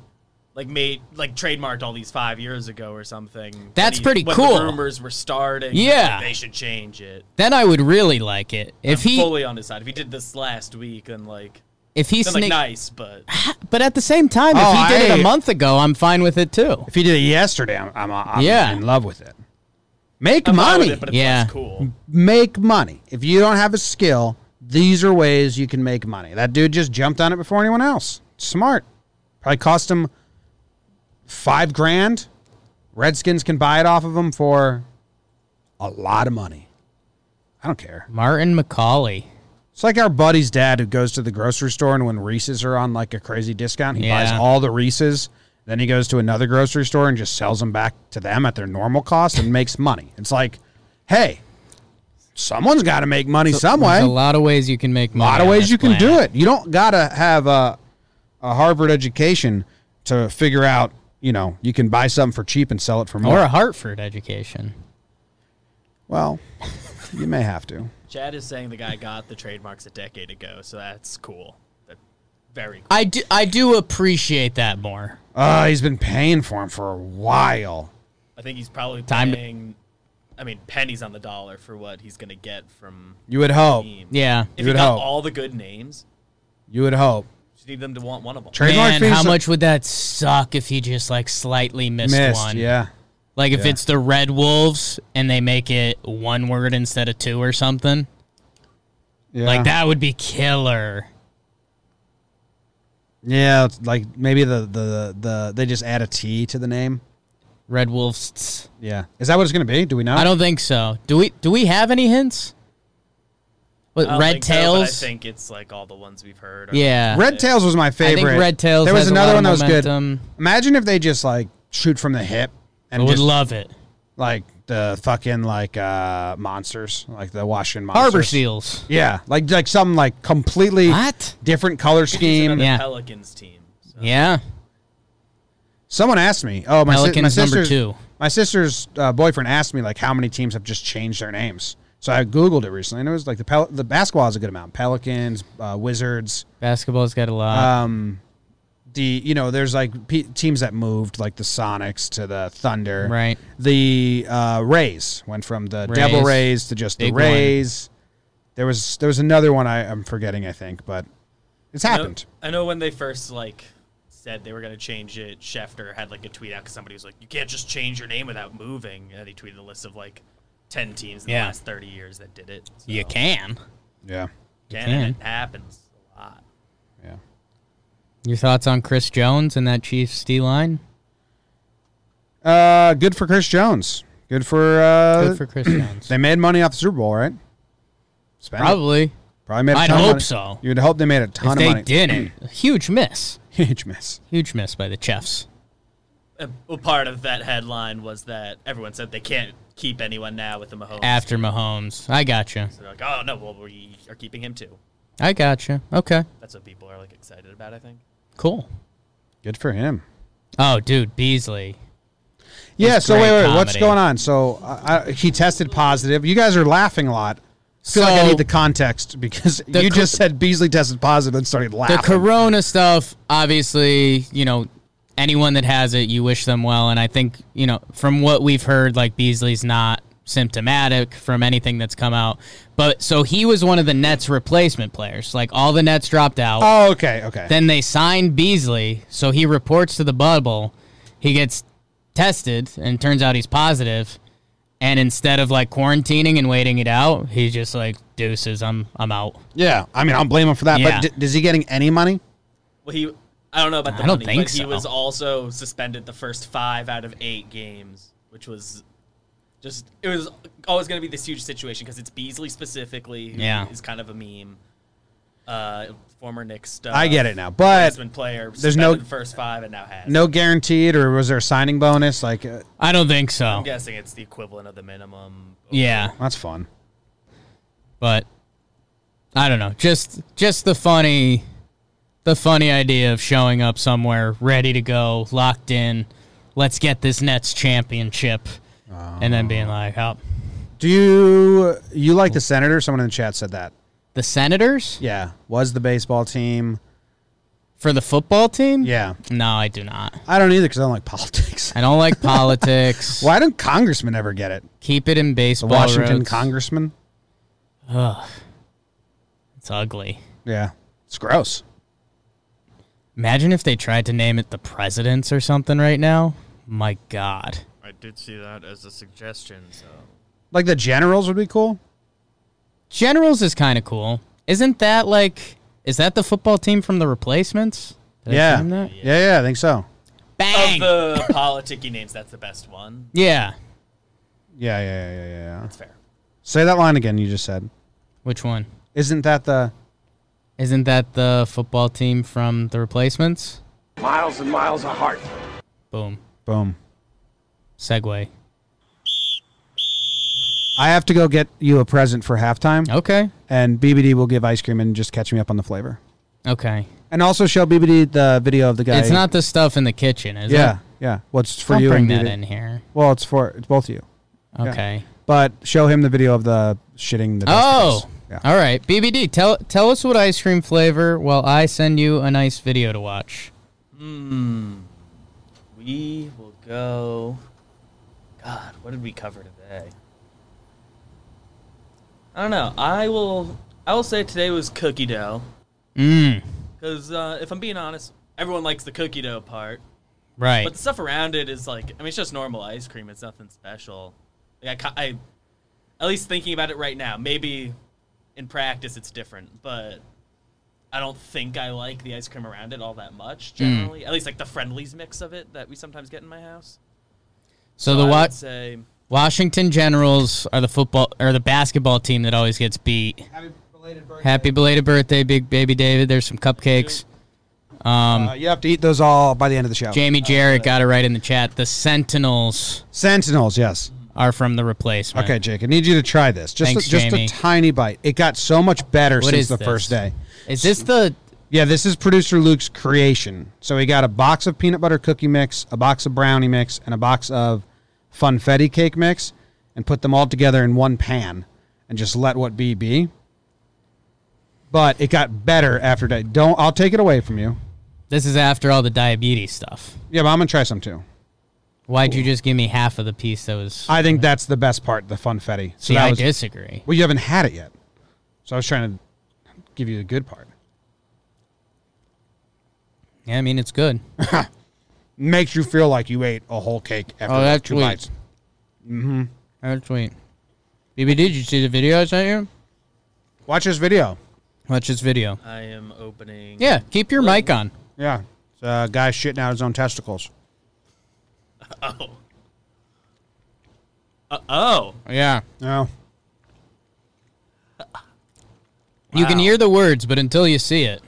S3: like made like trademarked all these five years ago or something. when
S2: That's
S3: he-
S2: pretty
S3: when
S2: cool.
S3: The rumors were starting.
S2: Yeah.
S3: like, they should change it.
S2: Then I would really like it if
S3: I'm
S2: he
S3: fully on his side. If he did this last week, then like
S2: if he
S3: then like
S2: sneaked.
S3: nice, but
S2: But at the same time,
S1: Oh,
S2: if he did it
S1: I-
S2: a month ago, I'm fine with it too.
S1: If you did it yesterday, I'm, I'm, I'm
S2: Yeah.
S1: in love with it. Make
S3: I'm fine with
S1: money.
S3: it, but it's
S2: Yeah.
S3: less cool.
S1: make money. If you don't have a skill, these are ways you can make money. That dude just jumped on it before anyone else. Smart. Probably cost him five grand. Redskins can buy it off of him for a lot of money. I don't care.
S2: Martin McCauley.
S1: It's like our buddy's dad who goes to the grocery store and when Reese's are on like a crazy discount, he buys
S2: Yeah.
S1: all the Reese's. Then he goes to another grocery store and just sells them back to them at their normal cost and makes money. It's like, hey, someone's got to make money some way.
S2: There's
S1: A
S2: a
S1: lot,
S2: lot of ways you can make money.
S1: of
S2: on
S1: ways
S2: this
S1: you can
S2: planet.
S1: do it. You don't got to have a, a Harvard education to figure out, you know, you can buy something for cheap and sell it for more.
S2: Or a Hartford education.
S1: well, you may have to.
S3: Chad is saying the guy got the trademarks a decade ago, so that's cool. That- very cool.
S2: I do, I do appreciate that more.
S1: Uh, he's been paying for him for a while.
S3: I think he's probably
S2: Time to-
S3: paying. I mean, pennies on the dollar for what he's gonna get from
S1: You would hope.
S3: team.
S2: Yeah.
S3: If
S1: You'd
S3: he got
S1: hope.
S3: all the good names,
S1: You would hope.
S3: you need them to want one of them.
S1: Trademark
S2: Man,
S1: fees
S2: how
S1: are-
S2: much would that suck if he just like slightly missed,
S1: missed?
S2: one?
S1: Yeah,
S2: Like if
S1: Yeah.
S2: it's the Red Wolves and they make it one word instead of two or something.
S1: yeah,
S2: Like that would be killer.
S1: Yeah, it's like maybe the, the the they just add a T to the name.
S2: Red Wolves. tss.
S1: Yeah, is that what it's gonna be? Do we know?
S2: I don't think so. Do we do we have any hints? What
S3: I don't
S2: Red
S3: think so, but
S2: Tails?
S3: I think it's like all the ones we've heard. are-
S2: yeah.
S1: Red Tails was my
S2: I
S1: favorite.
S2: think Red Tails
S1: There was
S2: has a
S1: another
S2: lot
S1: one
S2: of
S1: that was good.
S2: momentum.
S1: Imagine if they just like shoot from the hip
S2: I
S1: and
S2: would
S1: just
S2: love it.
S1: like the fucking like uh monsters, like the Washington monsters.
S2: Harbor Seals.
S1: Yeah, like like some like completely
S2: What?
S1: different color scheme.
S3: The
S2: Yeah.
S3: Pelicans team. So.
S2: Yeah.
S1: Someone asked me. Oh, my, si- my
S2: Pelicans number
S1: sister's
S2: two.
S1: My sister's uh, boyfriend asked me like how many teams have just changed their names. So I googled it recently, and it was like the Pel- the basketball has a good amount. Pelicans, uh, Wizards.
S2: Basketball's got a lot.
S1: Um, the you know there's like pe teams that moved like the Sonics to the Thunder.
S2: Right.
S1: The uh, Rays went from the Devil
S2: Rays.
S1: Rays to just the
S2: Big one.
S1: Rays. There was there was another one I, I'm forgetting I think, but it's
S3: I know-
S1: happened.
S3: I know when they first like said they were gonna change it. Schefter had like a tweet out because somebody was like, "You can't just change your name without moving." And he tweeted a list of like ten teams in
S2: Yeah.
S3: the last thirty years that did it. So,
S2: you can.
S1: Yeah.
S3: can, and
S2: can.
S3: it happens a lot.
S1: Yeah.
S2: Your thoughts on Chris Jones and that Chiefs D line?
S1: Uh, good for Chris Jones. Good for uh,
S2: Good for Chris Jones.
S1: They made money off the Super Bowl, right? Spent it.
S2: Probably.
S1: Probably made. a
S2: I'd
S1: ton of
S2: hope
S1: money.
S2: so.
S1: You'd hope they made a ton
S2: If
S1: of
S2: they
S1: money.
S2: didn't, huge miss.
S1: Huge miss.
S2: Huge miss by the Chiefs.
S3: A, a part of that headline was that everyone said they can't keep anyone now with the Mahomes.
S2: After Mahomes. I gotcha.
S3: So they're like, "Oh no, well we are keeping him too."
S2: I gotcha. Okay.
S3: That's what people are like excited about. I think.
S2: Cool.
S1: Good for him.
S2: Oh, dude, Beasley.
S1: Yeah. So wait,
S2: great
S1: wait, what's
S2: comedy.
S1: going on? So I, I, he tested positive. You guys are laughing a lot. I feel like I
S2: So-
S1: need the context because
S2: The
S1: you
S2: cor-
S1: just said Beasley tested positive and started
S2: The
S1: laughing.
S2: corona stuff, obviously, you know, anyone that has it, you wish them well. And I think, you know, from what we've heard, like Beasley's not symptomatic from anything that's come out. But so he was one of the Nets replacement players. Like all the Nets dropped out.
S1: oh, okay, okay.
S2: Then they signed Beasley, so he reports to the bubble. He gets tested, and turns out he's positive. And instead of like quarantining and waiting it out, he's just like deuces. I'm I'm out.
S1: yeah, I mean, I'll blame him for that.
S2: Yeah.
S1: But d- is he getting any money?
S3: Well, he. I don't know about the
S2: I don't
S3: money,
S2: think
S3: but he
S2: so.
S3: was also suspended the first five out of eight games, which was just it was always going to be this huge situation because it's Beasley specifically, who
S2: Yeah.
S3: is kind of a meme. Uh, former Knicks stuff.
S1: I get it now, but
S3: Basement player.
S1: there's no-
S3: suspended the first five and now has.
S1: no guaranteed, or was there a signing bonus? Like, uh,
S2: I don't think so.
S3: I'm guessing it's the equivalent of the minimum.
S2: Yeah,
S1: that's fun.
S2: but I don't know. Just just the funny, the funny idea of showing up somewhere ready to go, locked in. Let's get this Nets championship, and then being like, oh,
S1: Do you you like the senator? Someone in the chat said that.
S2: the Senators.
S1: Yeah, was the baseball team
S2: For the football team?
S1: Yeah,
S2: No, I do not.
S1: I don't either because I don't like politics.
S2: I don't like politics.
S1: Why don't congressmen ever get it?
S2: Keep it in
S1: The
S2: baseball.
S1: Washington
S2: roads.
S1: congressman.
S2: Ugh. It's ugly.
S1: Yeah, it's gross.
S2: Imagine if they tried to name it the presidents or something right now. My God.
S4: I did see that as a suggestion. So
S1: Like the generals would be cool.
S2: Generals is kind of cool. Isn't that like, is that the football team from the replacements? Did I
S1: yeah.
S2: name that?
S1: yeah, yeah, I think so.
S2: Bang.
S3: Of the politicky names, that's the best one.
S2: yeah.
S1: Yeah, yeah, yeah, yeah, yeah.
S3: That's fair.
S1: Say that line again. You just said.
S2: Which one?
S1: Isn't that the?
S2: Isn't that the football team from the replacements?
S5: miles and miles apart.
S2: Boom.
S1: Boom.
S2: Segway.
S1: I have to go get you a present for halftime,
S2: Okay.
S1: and BBD will give ice cream and just catch me up on the flavor.
S2: Okay.
S1: And also show BBD the video of the guy.
S2: It's not the stuff in the kitchen, is
S1: Yeah,
S2: it?
S1: yeah. What's for
S2: Don't
S1: you?
S2: bring
S1: and
S2: that
S1: BBD.
S2: in here.
S1: Well, it's for it's both of you.
S2: Okay.
S1: But show him the video of the shitting the.
S2: Oh.
S1: testicles. yeah.
S2: All right. BBD, tell tell us what ice cream flavor while I send you a nice video to watch.
S3: Hmm. We will go. God, what did we cover today? I don't know. I will. I will say today was cookie dough
S2: Mm.
S3: because uh, if I'm being honest, everyone likes the cookie dough part,
S2: Right.
S3: but the stuff around it is like. I mean, it's just normal ice cream. It's nothing special. Like I, ca- I, at least thinking about it right now, maybe in practice it's different, but I don't think I like the ice cream around it all that much
S2: Hmm.
S3: generally. At least like the friendlies mix of it that we sometimes get in my house.
S2: so the
S3: I
S2: wa-
S3: would say
S2: Washington Generals are the football or the basketball team that always gets beat.
S1: Happy belated birthday.
S2: Happy belated birthday, Big Baby David. There's some cupcakes. Um,
S1: Uh, you have to eat those all by the end of the show.
S2: Jamie Jarrett got it right in the chat. The Sentinels
S1: Sentinels, yes.
S2: are from the replacement.
S1: Okay, Jake, I need you to try this. Just
S2: Mm-hmm. Thanks,
S1: a, just
S2: Jamie.
S1: a tiny bite. It got so much better
S2: What
S1: since
S2: is
S1: the
S2: this?
S1: first day.
S2: Is this the
S1: Yeah, this is producer Luke's creation. So he got a box of peanut butter cookie mix, a box of brownie mix, and a box of funfetti cake mix, and put them all together in one pan, and just let what be be. But it got better after day. Don't. I'll take it away from you.
S2: this is after all the diabetes stuff?
S1: Yeah, but I'm gonna try some too.
S2: Why'd you just give me half of the piece that was?
S1: I think that's the best part, the funfetti. So
S2: See,
S1: that
S2: I
S1: was,
S2: disagree.
S1: Well, you haven't had it yet, so I was trying to give you the good part.
S2: Yeah, I mean it's good.
S1: Makes you feel like you ate a whole cake after
S2: Oh, that's
S1: two
S2: sweet.
S1: bites.
S2: That's sweet. BB, did you see the video I sent you?
S1: Watch this video.
S2: Watch this video.
S3: I am opening.
S2: Yeah, keep your mic on.
S1: Yeah. It's a guy shitting out his own testicles.
S3: Oh. Uh, oh.
S2: Yeah.
S1: No.
S2: You can hear the words, but until you see it,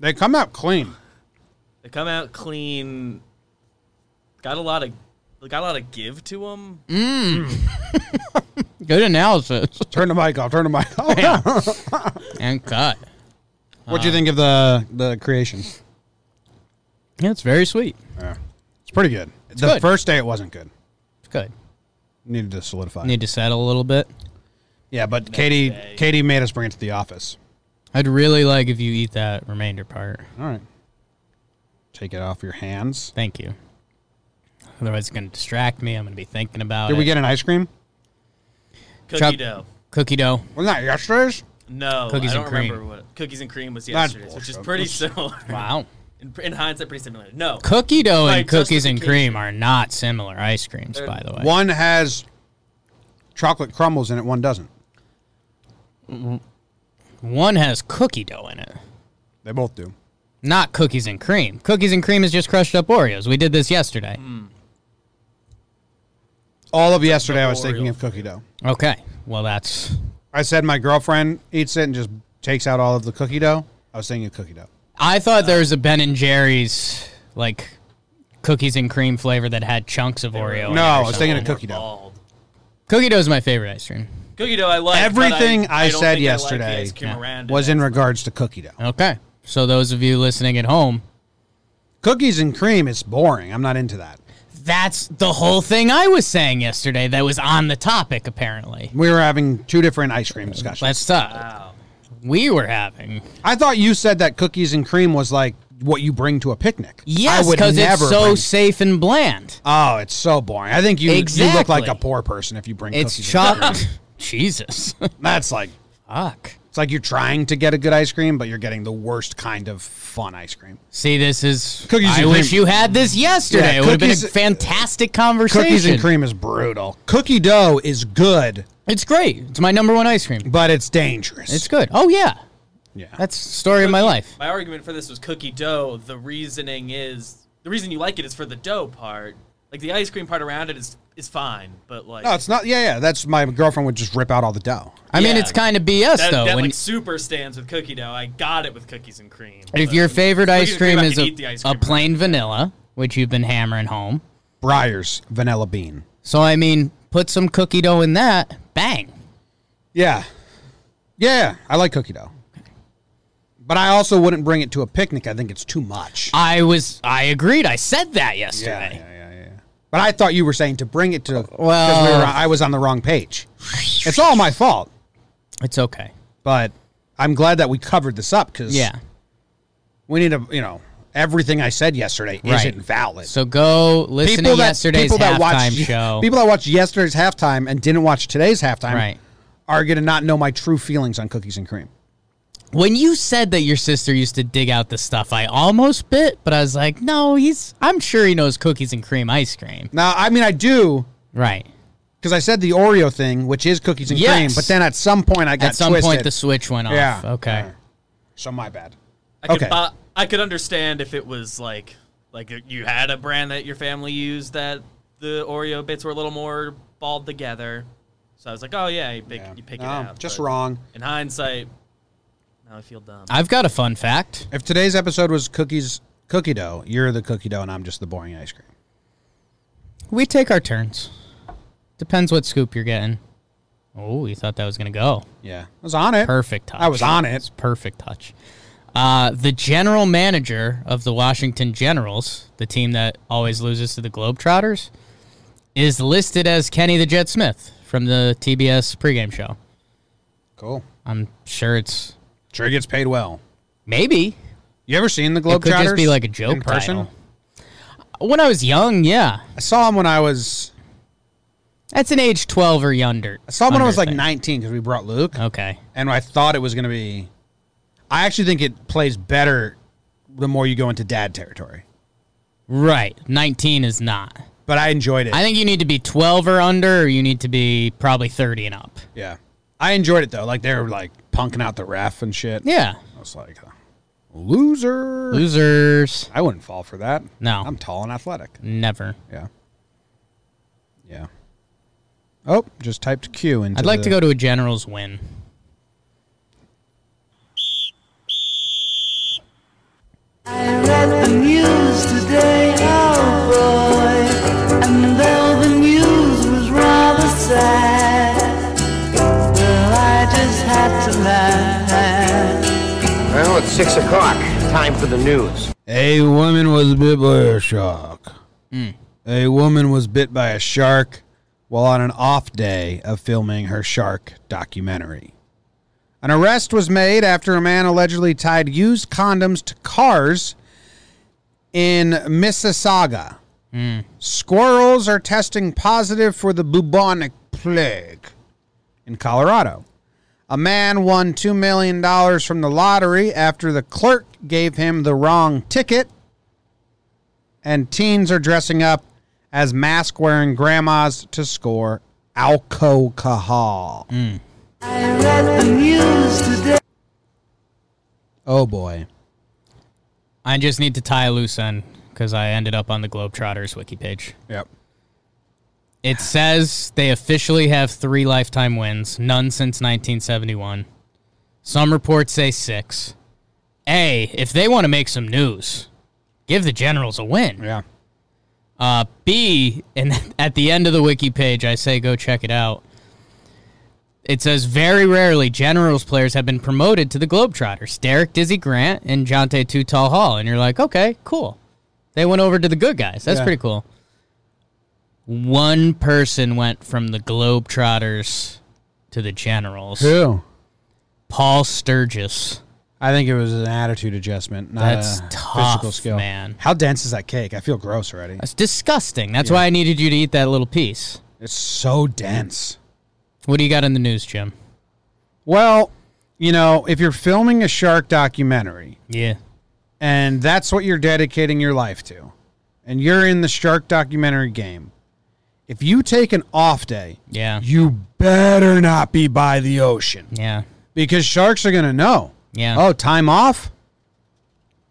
S1: They come out clean.
S3: They come out clean. Got a lot of got a lot of give to them.
S2: Hmm. good analysis
S1: Turn the mic off. Turn the mic off.
S2: and cut.
S1: what do you think of the the creation?
S2: Yeah, it's very sweet.
S1: It's pretty good. the
S2: good.
S1: first day it wasn't good.
S2: It's good.
S1: Needed to solidify.
S2: Need to settle a little bit.
S1: yeah, but Katie
S3: day.
S1: Katie made us bring it to the office.
S2: I'd really like if you eat that remainder part.
S1: All right. Take it off your hands.
S2: Thank you. Otherwise, it's going to distract me. I'm going to be thinking about
S1: Did
S2: it.
S1: we get an ice cream?
S3: Cookie
S2: Chuck-
S3: dough.
S2: cookie dough?
S1: Well, not yesterday's.
S3: No,
S2: Cookies
S3: I
S2: and
S3: don't
S2: cream.
S3: remember what cookies and cream was
S1: That's
S3: yesterday, which is
S1: bullshit.
S3: pretty
S1: That's-
S3: similar.
S2: Wow.
S3: In, in hindsight, pretty similar. No,
S2: Cookie dough
S3: By
S2: and cookies and
S3: justification.
S2: cream are not similar ice creams, by the way.
S1: One has chocolate crumbles in it. One doesn't.
S2: One has cookie dough in it,
S1: They both do.
S2: not cookies and cream. Cookies and cream is just crushed up Oreos. We did this yesterday.
S1: All of yesterday, I was
S3: Oreo.
S1: thinking of cookie dough.
S2: Okay. Well, that's.
S1: I said my girlfriend eats it and just takes out all of the cookie dough. I was thinking of cookie dough.
S2: I thought there was a Ben and Jerry's like cookies and cream flavor that had chunks of Oreo.
S3: Oh,
S2: in it
S1: No,
S2: or
S1: I was thinking
S2: something.
S1: of
S3: More
S1: cookie dough.
S3: bald.
S2: Cookie dough is my favorite ice cream.
S3: Cookie dough, I like.
S1: Everything
S3: but I,
S1: I
S3: don't
S1: said
S3: think I like the
S1: yesterday
S3: ice cream
S2: yeah,
S3: around it.
S1: Was in regards to cookie dough.
S2: Okay. So those of you listening at home,
S1: Cookies and cream is boring. I'm not into that.
S2: that's the whole thing I was saying yesterday that was on the topic apparently.
S1: We were having two different ice cream discussions.
S2: Let's stop.
S3: Wow.
S2: we were having.
S1: I thought you said that cookies and cream was like what you bring to a picnic.
S2: Yes,
S1: I would
S2: because it's
S1: never
S2: so
S1: bring-
S2: safe and bland.
S1: Oh, it's so boring. I think you you look like
S2: Exactly.
S1: a poor person if you bring
S2: It's
S1: cookies. and
S2: chocolate. Jesus.
S1: cream. That's like
S2: Fuck.
S1: it's like you're trying to get a good ice cream, but you're getting the worst kind of fun ice cream.
S2: See, this is.
S1: Cookies
S2: I
S1: and
S2: wish
S1: cream.
S2: you had this yesterday.
S1: Yeah,
S2: it would have been a
S1: cookies-
S2: fantastic conversation.
S1: Cookies and cream is brutal. Cookie dough is good,
S2: It's great. It's my number one ice cream.
S1: but it's dangerous.
S2: It's good. Oh yeah,
S1: yeah.
S2: that's the story of my life.
S3: My argument for this was cookie dough. The reasoning is the reason you like it is for the dough part. Like the ice cream part around it is is fine, but like
S1: no, it's not. Yeah, yeah. That's my girlfriend would just rip out all the dough.
S2: I mean,
S3: Yeah.
S2: it's kind of BS
S3: that,
S2: though.
S3: that
S2: when-
S3: like super stands with cookie dough. I got it with cookies and cream.
S2: if
S3: but
S2: your favorite
S3: cookies
S2: ice
S3: and
S2: cream
S3: I
S2: is
S3: can
S2: a,
S3: eat the ice
S2: a
S3: cream
S2: plain vanilla, which you've been hammering home,
S1: Briars vanilla bean.
S2: so I mean, put some cookie dough in that. Bang.
S1: Yeah. Yeah, I like cookie dough. But I also wouldn't bring it to a picnic. I think it's too much.
S2: I was. I agreed. I said that
S1: yeah, yeah,
S2: yesterday.
S1: yeah, yeah. But I thought you were saying to bring it to because we
S2: Well-
S1: were, I was on the wrong page. It's all my fault,
S2: It's okay.
S1: but I'm glad that we covered this up because
S2: Yeah.
S1: we need to, you know, everything I said yesterday
S2: Right.
S1: isn't valid.
S2: So go listen to yesterday's halftime
S1: watched,
S2: show.
S1: people that watched yesterday's halftime and didn't watch today's halftime
S2: Right.
S1: are going to not know my true feelings on cookies and cream.
S2: when you said that your sister used to dig out the stuff, I almost bit, but I was like, no, he's. I'm sure he knows cookies and cream ice cream.
S1: Now, I mean, I do,
S2: Right.
S1: because I said the Oreo thing, which is cookies and cream,
S2: Yes.
S1: but then at some point I got
S2: At some
S1: twisted.
S2: point, the switch went off.
S1: Yeah.
S2: Okay.
S1: Yeah. So my bad.
S3: I could
S1: okay.
S3: buy, I could understand if it was like like you had a brand that your family used that the Oreo bits were a little more balled together. So I was like, oh yeah, you pick
S1: Yeah.
S3: you pick
S1: No,
S3: it out.
S1: just
S3: but
S1: wrong.
S3: In hindsight, now I feel dumb.
S2: I've got a fun fact.
S1: If today's episode was cookies, cookie dough, you're the cookie dough, and I'm just the boring ice cream.
S2: We take our turns. Depends what scoop you're getting. Oh, you thought that was gonna go.
S1: Yeah, I was on it.
S2: Perfect touch.
S1: I was on it.
S2: Perfect touch. Uh, the general manager of the Washington Generals, the team that always loses to the Globetrotters, is listed as Kenny the Jet Smith from the TBS pregame show.
S1: Cool.
S2: I'm sure it's
S1: Sure gets paid well.
S2: maybe
S1: You ever seen the Globetrotters?
S2: it could just be like a joke
S1: in person.
S2: title. When I was young, yeah,
S1: I saw him when I was.
S2: that's an age 12 or yonder.
S1: I saw him when I was like
S2: thing.
S1: 19 because we brought Luke,
S2: Okay,
S1: and I thought it was going to be. I actually think it plays better the more you go into dad territory,
S2: right. 19 is not.
S1: but I enjoyed it.
S2: I think you need to be 12 or under, or you need to be probably 30 and up.
S1: Yeah. I enjoyed it though. Like they were like punking out the ref and shit.
S2: Yeah.
S1: I was like, loser.
S2: Losers.
S1: I wouldn't fall for that.
S2: No.
S1: I'm tall and athletic.
S2: Never.
S1: Yeah. Yeah. Oh, just typed Q into
S2: I'd like to
S1: the-
S2: go to a Generals win.
S6: read the news today, oh boy. And though the news was rather sad, well, I just had to laugh.
S5: Well, it's six o'clock. Time for the news.
S1: A woman was bit by a shark. A woman was bit by a shark while on an off day of filming her shark documentary. An arrest was made after a man allegedly tied used condoms to cars in Mississauga. Squirrels are testing positive for the bubonic plague in Colorado. A man won $2 million from the lottery after the clerk gave him the wrong ticket. And teens are dressing up as mask wearing grandmas to score alcohol.
S6: I read the news today.
S1: Oh boy.
S2: I just need to tie a loose end because I ended up on the Globetrotters wiki page.
S1: Yep.
S2: It says they officially have three lifetime wins, none since 1971. Some reports say six. A, if they want to make some news, give the Generals a win.
S1: Yeah.
S2: Uh, B, and at the end of the wiki page, I say go check it out. It says very rarely Generals players have been promoted to the Globetrotters. Derek Dizzy Grant and Jonte Tutal Hall, and you're like, okay, cool. They went over to the good guys. That's
S1: Yeah.
S2: pretty cool. One person went from the Globetrotters to the Generals.
S1: Who?
S2: Paul Sturgis.
S1: I think it was an attitude adjustment, not
S2: That's
S1: a
S2: tough,
S1: physical skill.
S2: man.
S1: How dense is that cake? I feel gross already.
S2: That's disgusting. That's why I needed you to eat that little piece.
S1: It's so dense.
S2: What do you got in the news, Jim?
S1: Well, you know, if you're filming a shark documentary
S2: Yeah.
S1: and that's what you're dedicating your life to, and you're in the shark documentary game, if you take an off day,
S2: Yeah.
S1: you better not be by the ocean
S2: Yeah.
S1: because sharks are going to know.
S2: Yeah.
S1: Oh, time off?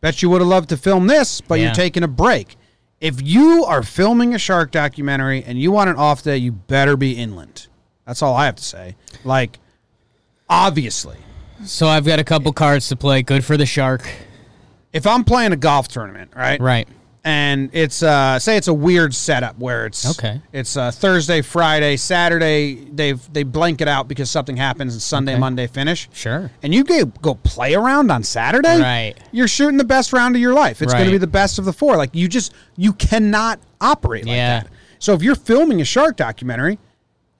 S1: Bet you would have loved to film this, but
S2: Yeah.
S1: you're taking a break. If you are filming a shark documentary and you want an off day, you better be inland. That's all I have to say. Like, obviously.
S2: So I've got a couple cards to play. Good for the shark.
S1: if I'm playing a golf tournament, right?
S2: Right.
S1: And it's uh say it's a weird setup where it's
S2: Okay.
S1: It's uh, Thursday, Friday, Saturday. They've they blank it out because something happens and Sunday, Monday finish.
S2: Sure.
S1: And you go go play around on Saturday.
S2: Right.
S1: You're shooting the best round of your life. It's going
S2: Right.
S1: to be the best of the four. Like you just you cannot operate like
S2: Yeah.
S1: that. So if you're filming a shark documentary,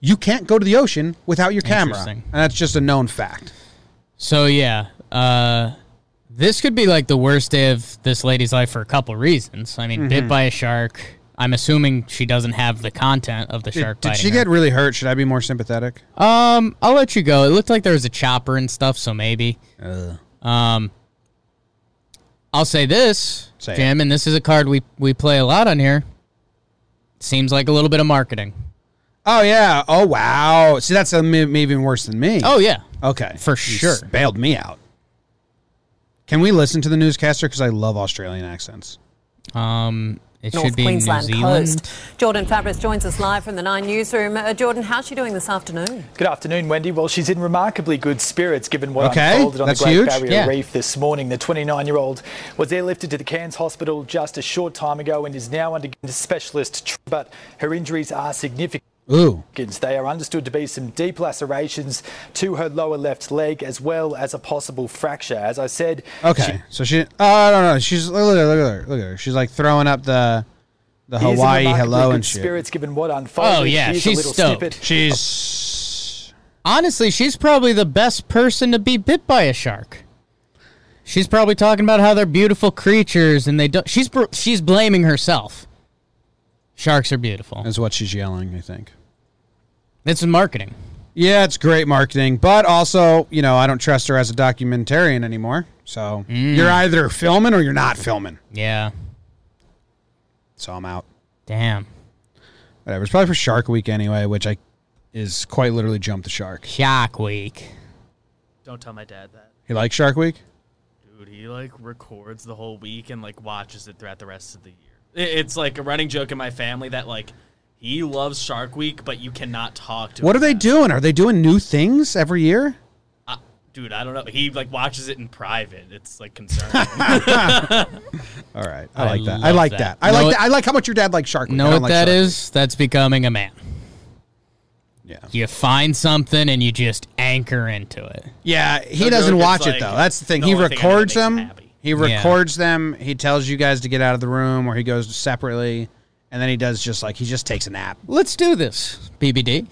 S1: you can't go to the ocean without your camera,
S2: Interesting.
S1: and that's just a known fact.
S2: So yeah, uh, this could be like the worst day of this lady's life for a couple reasons. I mean,
S1: Mm-hmm.
S2: bit by a shark. I'm assuming she doesn't have the content of the shark.
S1: Did, did
S2: biting
S1: she
S2: her.
S1: get really hurt? Should I be more sympathetic?
S2: Um, I'll let you go. It looked like there was a chopper and stuff, so maybe. Um, I'll say this,
S1: Say it.
S2: Jim, and this is a card we we play a lot on here. Seems like a little bit of marketing.
S1: Oh yeah. Oh wow. See, that's uh, may- maybe even worse than me.
S2: Oh yeah,
S1: okay,
S2: for
S1: You
S2: sure.
S1: s- bailed me out. Can we listen to the newscaster? Because I love Australian accents.
S2: um, it
S7: North
S2: should be
S7: Queensland
S2: New Zealand.
S7: coast. Jordan Fabris joins us live from the Nine newsroom. Uh, Jordan, how's she doing this afternoon?
S8: Good afternoon, Wendy. Well, she's in remarkably good spirits given what
S1: Okay,
S8: unfolded on the
S1: that's
S8: Great
S1: huge.
S8: Barrier
S2: Yeah.
S8: Reef this morning. The 29 year old was airlifted to the Cairns Hospital just a short time ago and is now under specialist treatment, but her injuries are significant.
S1: Ooh.
S8: They are understood to be some deep lacerations to her lower left leg as well as a possible fracture. As I said,
S1: Okay. so she. Oh, I don't know. She's look at her. Look at her. Look at her. She's like throwing up the the
S8: she is in
S1: Hawaii
S8: remarkably
S1: hello
S8: good
S1: and shit.
S8: spirits given what unfolded.
S2: Oh, yeah,
S8: Here's a
S2: she's
S8: little
S2: stoked.
S8: snippet
S1: She's.
S2: honestly, she's probably the best person to be bit by a shark. She's probably talking about how they're beautiful creatures, and they don't. She's br- she's blaming herself. Sharks are beautiful.
S1: Is what she's yelling. I think.
S2: It's in marketing.
S1: Yeah, it's great marketing, but also, you know, I don't trust her as a documentarian anymore. So you're either filming or you're not filming.
S2: Yeah.
S1: So I'm out.
S2: Damn.
S1: whatever. It's probably for Shark Week anyway, which I is quite literally jump the shark.
S2: Shark Week.
S3: Don't tell my dad that.
S1: He likes Shark Week.
S3: Dude, he like records the whole week and like watches it throughout the rest of the year. I- It's like a running joke in my family that like he loves Shark Week, but you cannot talk to.
S1: What are
S3: him
S1: they
S3: about it.
S1: doing? Are they doing new things every year?
S3: Uh, dude, I don't know. He like watches it in private. It's like concerning.
S1: All right, I,
S2: I
S1: like that. I
S2: love
S1: like
S2: that.
S1: that. I
S2: Know
S1: like
S2: what-
S1: that. I like how much your dad likes Shark Week.
S2: Know
S1: I don't
S2: what
S1: like
S2: that
S1: Shark Week.
S2: is? That's becoming a man.
S1: Yeah,
S2: You find something and you just anchor into it.
S1: yeah. He
S3: No,
S1: doesn't
S3: Rogan's
S1: watch it
S3: like,
S1: though. That's the thing.
S3: the
S1: he
S3: only thing I know that
S1: records
S3: makes him
S1: them.
S3: happy.
S1: He records them. He tells you guys to get out of the room, or he goes separately, and then he does just like he just takes a nap.
S2: Let's do this, BBD.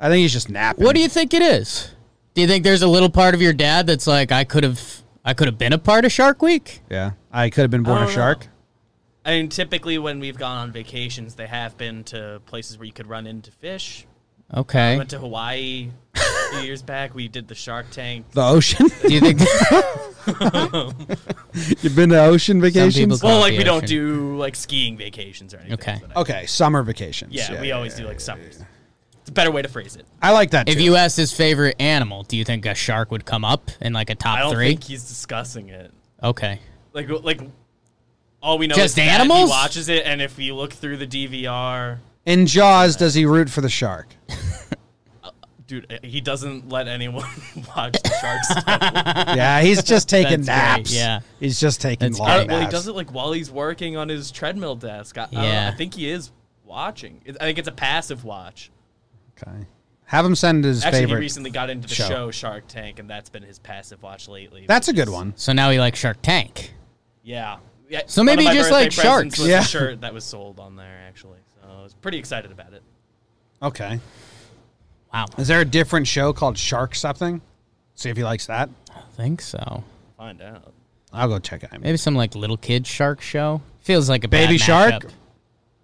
S1: I think he's just napping.
S2: What do you think it is? Do you think there's a little part of your dad that's like, I could have, I could have been a part of Shark Week?
S1: Yeah, I could have been born a
S3: don't know.
S1: shark.
S3: I mean, typically when we've gone on vacations, they have been to places where you could run into fish.
S2: Okay.
S3: We went to Hawaii a few years back. We did the Shark Tank.
S1: The ocean.
S2: Do you think
S1: You've been to ocean vacations.
S2: people go-
S3: Well, like
S2: the
S3: we don't
S2: ocean.
S3: do like skiing vacations or anything.
S2: Okay.
S3: but I-
S1: okay, summer vacations.
S3: Yeah, we always do like summers. It's a better way to phrase it.
S1: I like that.
S2: if
S1: too.
S2: you asked his favorite animal, do you think a shark would come up in like a top
S3: I don't
S2: three?
S3: think he's discussing it.
S2: okay.
S3: Like, like all we know
S2: Just
S3: is that
S2: animals?
S3: he watches it, and if you look through the DVR,
S1: In Jaws, does he root for the shark?
S3: dude, uh, he doesn't let anyone watch the shark stuff.
S1: Yeah, he's just taking
S2: That's great,
S1: naps.
S2: yeah.
S1: he's just taking
S2: That's
S1: long
S2: great.
S1: naps.
S3: well, he does it like while he's working on his treadmill desk. I, I, don't know.
S2: Yeah.
S3: I think he is watching. I think it's a passive watch.
S1: Okay. Have him send his
S3: Actually,
S1: favorite.
S3: he recently got into the
S1: show.
S3: show. Shark Tank, and that's been his passive watch lately.
S1: That's a
S3: which
S1: good
S3: is-
S1: one.
S2: So now he likes Shark Tank.
S3: Yeah. yeah
S2: So
S3: one of
S2: maybe
S3: my
S2: just
S3: birthday
S2: like
S3: presents
S2: sharks.
S3: Was
S1: Yeah.
S3: A shirt that was sold on there actually. So I was pretty excited about it.
S1: Okay.
S2: Wow.
S1: Is there a different show called Shark something? See if he likes that.
S2: I think so.
S4: Find out.
S1: I'll go check on him.
S2: Maybe some like little kid shark show. Feels like a bad
S1: Baby Shark?
S2: matchup.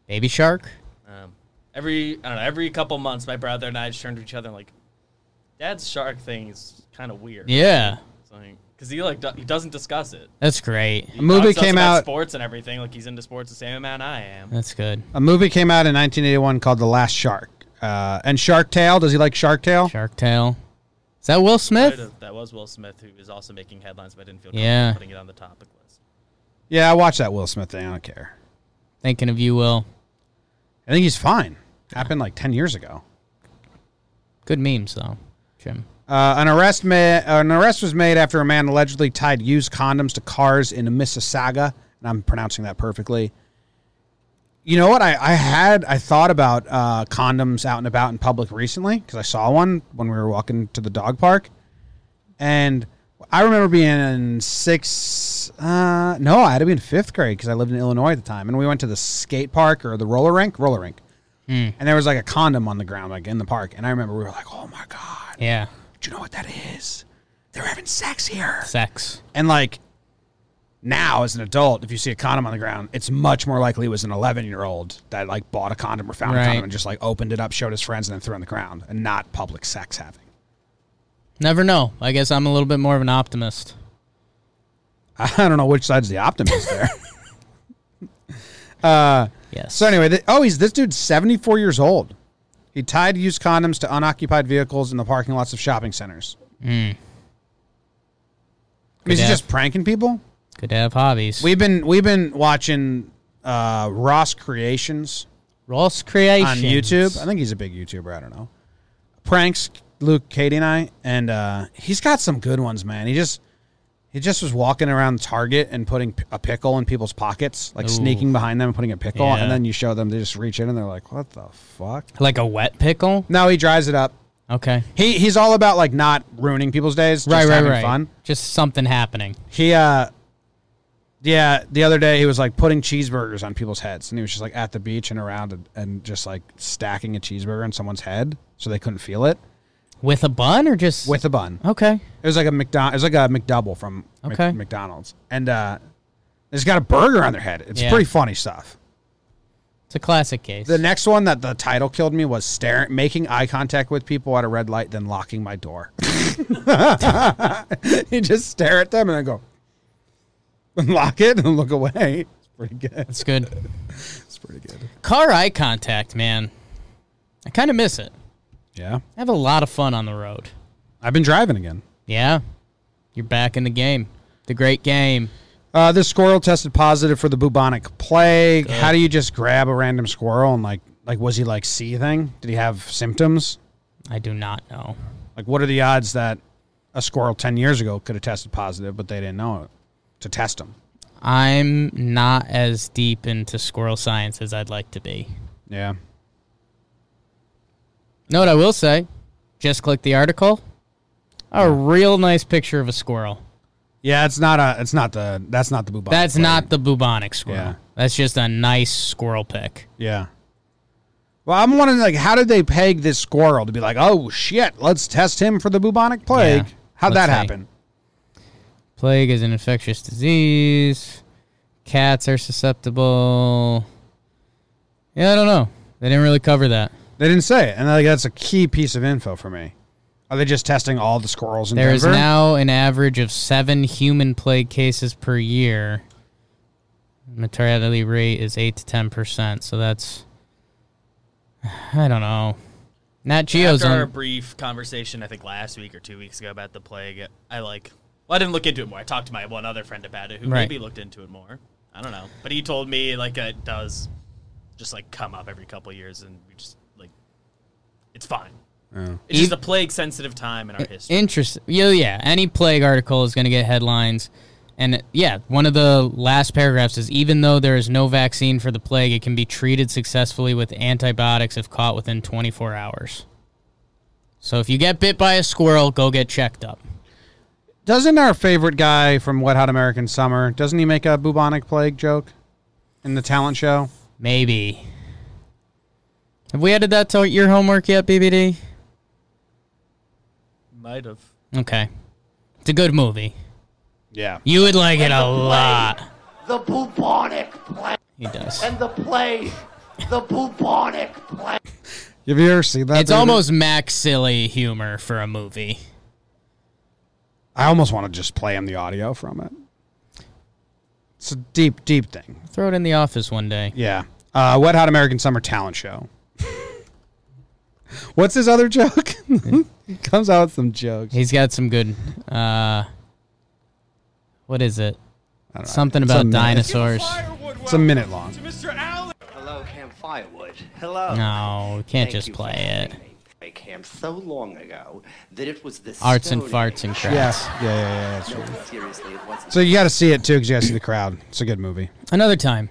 S2: Baby shark.
S3: Um, every I don't know. Every couple months, my brother and I just turn to each other and like, Dad's shark thing is kind of weird.
S2: Yeah,
S3: because he like do- he doesn't discuss it.
S2: that's great.
S3: He
S1: A movie
S3: talks to us
S1: came
S3: about
S1: out-
S3: sports and everything. Like he's into sports the same amount I am.
S2: That's good.
S1: A movie came out in 1981 called The Last Shark. Uh, and Shark Tale. Does he like Shark Tale?
S2: Shark Tale. Is that Will Smith?
S3: That was Will Smith who is also making headlines, but I didn't feel
S2: Yeah.
S3: comfortable putting it on the topic list.
S1: Yeah, I watched that Will Smith thing. I don't care.
S2: Thinking of you, Will.
S1: I think he's fine. Happened like 10 years ago.
S2: Good memes though, Jim.
S1: Uh, an arrest ma- an arrest was made after a man allegedly tied used condoms to cars in Mississauga, and I'm pronouncing that perfectly. You know what? I, I had I thought about uh, condoms out and about in public recently because I saw one when we were walking to the dog park, and I remember being in sixth. Uh, no, I had to be in fifth grade because I lived in Illinois at the time, and we went to the skate park or the roller rink, roller rink, and there was like a condom on the ground, like in the park, and I remember we were like, "Oh my god."
S2: Yeah,
S1: Do you know what that is? They're having sex here.
S2: sex.
S1: And like now, as an adult, if you see a condom on the ground, it's much more likely it was an 11 year old that like bought a condom or found a
S2: Right.
S1: condom and just like opened it up, showed his friends, and then threw it on the ground, and not public sex having.
S2: Never know. I guess I'm a little bit more of an optimist.
S1: I don't know which side's the optimist there.
S2: Yes.
S1: so anyway, th- oh, he's this dude's 74 years old. He tied used condoms to unoccupied vehicles in the parking lots of shopping centers. Hmm. I mean, is he
S2: Good
S1: just pranking people?
S2: Good to have hobbies.
S1: We've been we've been watching uh, Ross Creations
S2: Ross Creations
S1: on YouTube. I think he's a big YouTuber. I don't know. Pranks Luke, Katie, and I, and uh, he's got some good ones, man. He just he just was walking around Target and putting p- a pickle in people's pockets, like sneaking behind them and putting a pickle,
S2: Yeah.
S1: and then you show them, they just reach in and they're like, "What the fuck?"
S2: Like a wet pickle.
S1: No, he dries it up.
S2: Okay.
S1: He he's all about like not ruining people's days, just
S2: right, right,
S1: having
S2: right.
S1: fun.
S2: Just something happening.
S1: He uh yeah, the other day he was like putting cheeseburgers on people's heads and he was just like at the beach and around and, and just like stacking a cheeseburger on someone's head so they couldn't feel it
S2: With a bun or just
S1: with a bun.
S2: Okay.
S1: It was like a McDonald it was like a McDouble from Mc-
S2: Okay.
S1: McDonald's. And uh it's got a burger on their head. It's
S2: Yeah.
S1: pretty funny stuff.
S2: It's a classic case.
S1: The next one that the title killed me was staring making eye contact with people at a red light then locking my door. you just stare at them and then go and lock it and look away. It's pretty good.
S2: That's good.
S1: It's pretty good.
S2: Car eye contact, man. I kind of miss it.
S1: Yeah.
S2: I have a lot of fun on the road.
S1: I've been driving again.
S2: Yeah. You're back in the game. The great game.
S1: Uh, this squirrel tested positive for the bubonic plague. How do you just grab a random squirrel and like like was he like seething? Did he have symptoms?
S2: I do not know.
S1: Like what are the odds that a squirrel 10 years ago could have tested positive but they didn't know it to test him?
S2: I'm not as deep into squirrel science as I'd like to be.
S1: Yeah.
S2: Know what I will say? Just click the article. A real nice picture of a squirrel.
S1: Yeah, it's not a it's not the that's not the bubonic.
S2: That's
S1: plague.
S2: not the bubonic squirrel.
S1: Yeah.
S2: That's just a nice squirrel pick.
S1: Yeah. Well, I'm wondering like how did they peg this squirrel to be like, "Oh shit, let's test him for the bubonic plague."
S2: Yeah.
S1: How'd
S2: Let's
S1: that
S2: see.
S1: happen?
S2: Plague is an infectious disease. Cats are susceptible. Yeah, I don't know. They didn't really cover that.
S1: They didn't say it, and like, that's a key piece of info for me. Are they just testing all the squirrels in
S2: There is
S1: Denver?
S2: now an average of seven human plague cases per year. Mortality rate is eight to ten percent, so that's I don't know. Nat Geo's
S3: After our
S2: on,
S3: brief conversation, I think last week or two weeks ago about the plague, I like. Well, I didn't look into it more. I talked to my one other friend about it, who
S2: Right.
S3: maybe looked into it more. I don't know, but he told me like it does, just like come up every couple years, and we just like, it's fine. It's just a plague-sensitive time in our history.
S2: Interesting. Yeah, yeah. Any plague article is going to get headlines. And yeah, one of the last paragraphs is even though there is no vaccine for the plague, it can be treated successfully with antibiotics if caught within 24 hours. So if you get bit by a squirrel, go get checked up.
S1: Doesn't our favorite guy from Wet Hot American Summer doesn't he make a bubonic plague joke in the talent show?
S2: Maybe. Have we added that to your homework yet, BBD?
S3: Might have.
S2: Okay. It's a good movie.
S1: Yeah.
S2: You would like it a lot.
S9: The bubonic plague
S2: He does.
S9: and the plague. The bubonic plague.
S1: Have you ever seen that?
S2: It's
S1: dude?
S2: almost Max silly humor for a movie.
S1: I almost want to just play him the audio from it. It's a deep, deep thing.
S2: Throw it in the office one day.
S1: Yeah. Uh, Wet Hot American Summer Talent Show. What's his other joke? he comes out with some jokes.
S2: He's got some good. Uh, what is it?
S1: I don't know.
S2: Something
S1: It's a
S2: about
S1: minute-
S2: dinosaurs.
S1: It's a minute long.
S9: Hello, Ham Firewood. Hello.
S2: No, we can't
S9: Thank
S2: just
S9: you
S2: play
S9: for
S2: it.
S9: having me, Break Ham so long ago that it was the
S2: Arts and
S9: Stone
S2: farts and
S9: Age.
S2: crap.
S1: Yes. Yeah, yeah, yeah. yeah, that's
S9: No,
S1: right.
S9: seriously, it wasn't.
S1: So you got to see it too because you got to see the crowd. It's a good movie.
S2: Another time.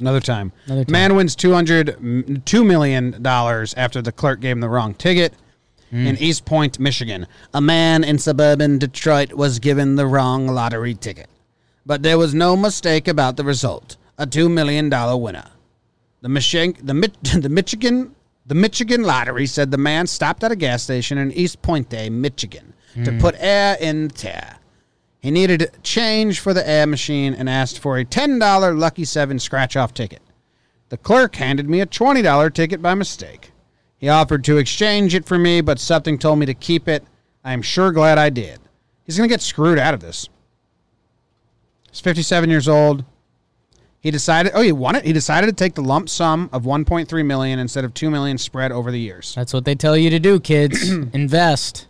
S1: Another time.
S2: Another time.
S1: Man wins $200, $2 million after the clerk gave him the wrong ticket
S2: Hmm.
S1: in East Point, Michigan. A man in suburban Detroit was given the wrong lottery ticket, but there was no mistake about the result a $2 million winner. The, Michi- the, Mi- the Michigan. The Michigan lottery said the man stopped at a gas station in East Pointe, Michigan,
S2: Hmm.
S1: to put air in the tire. He needed change for the air machine and asked for a $10 Lucky 7 scratch off ticket. The clerk handed me a $20 ticket by mistake. He offered to exchange it for me, but something told me to keep it. I am sure glad I did. He's going to get screwed out of this. He's 57 years old. He decided, oh, he won it. He decided to take the lump sum of 1.3 million instead of 2 million spread over the years.
S2: That's what they tell you to do, kids. Invest.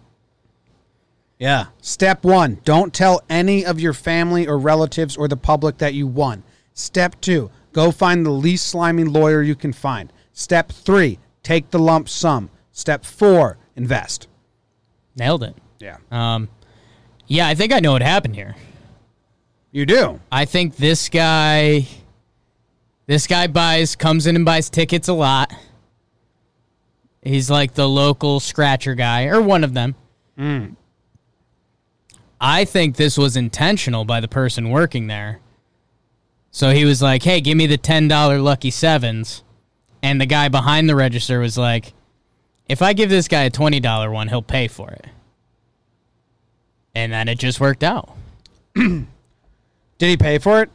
S1: Yeah. Step one, don't tell any of your family or relatives or the public that you won. Step two, go find the least slimy lawyer you can find. Step three, take the lump sum. Step four, invest. Uh,
S2: Nailed it.
S1: Yeah.
S2: Um, yeah, I think I know what happened here.
S1: you do.
S2: I think this guy, this guy buys, comes in and buys tickets a lot. He's like the local scratcher guy or one of them. I think this was intentional by the person working there. So he was like, "Hey, give me the ten dollar lucky sevens. and the guy behind the register was like, "If I give this guy a twenty dollar one, he'll pay for it." And then it just worked out.
S1: Did he pay for it?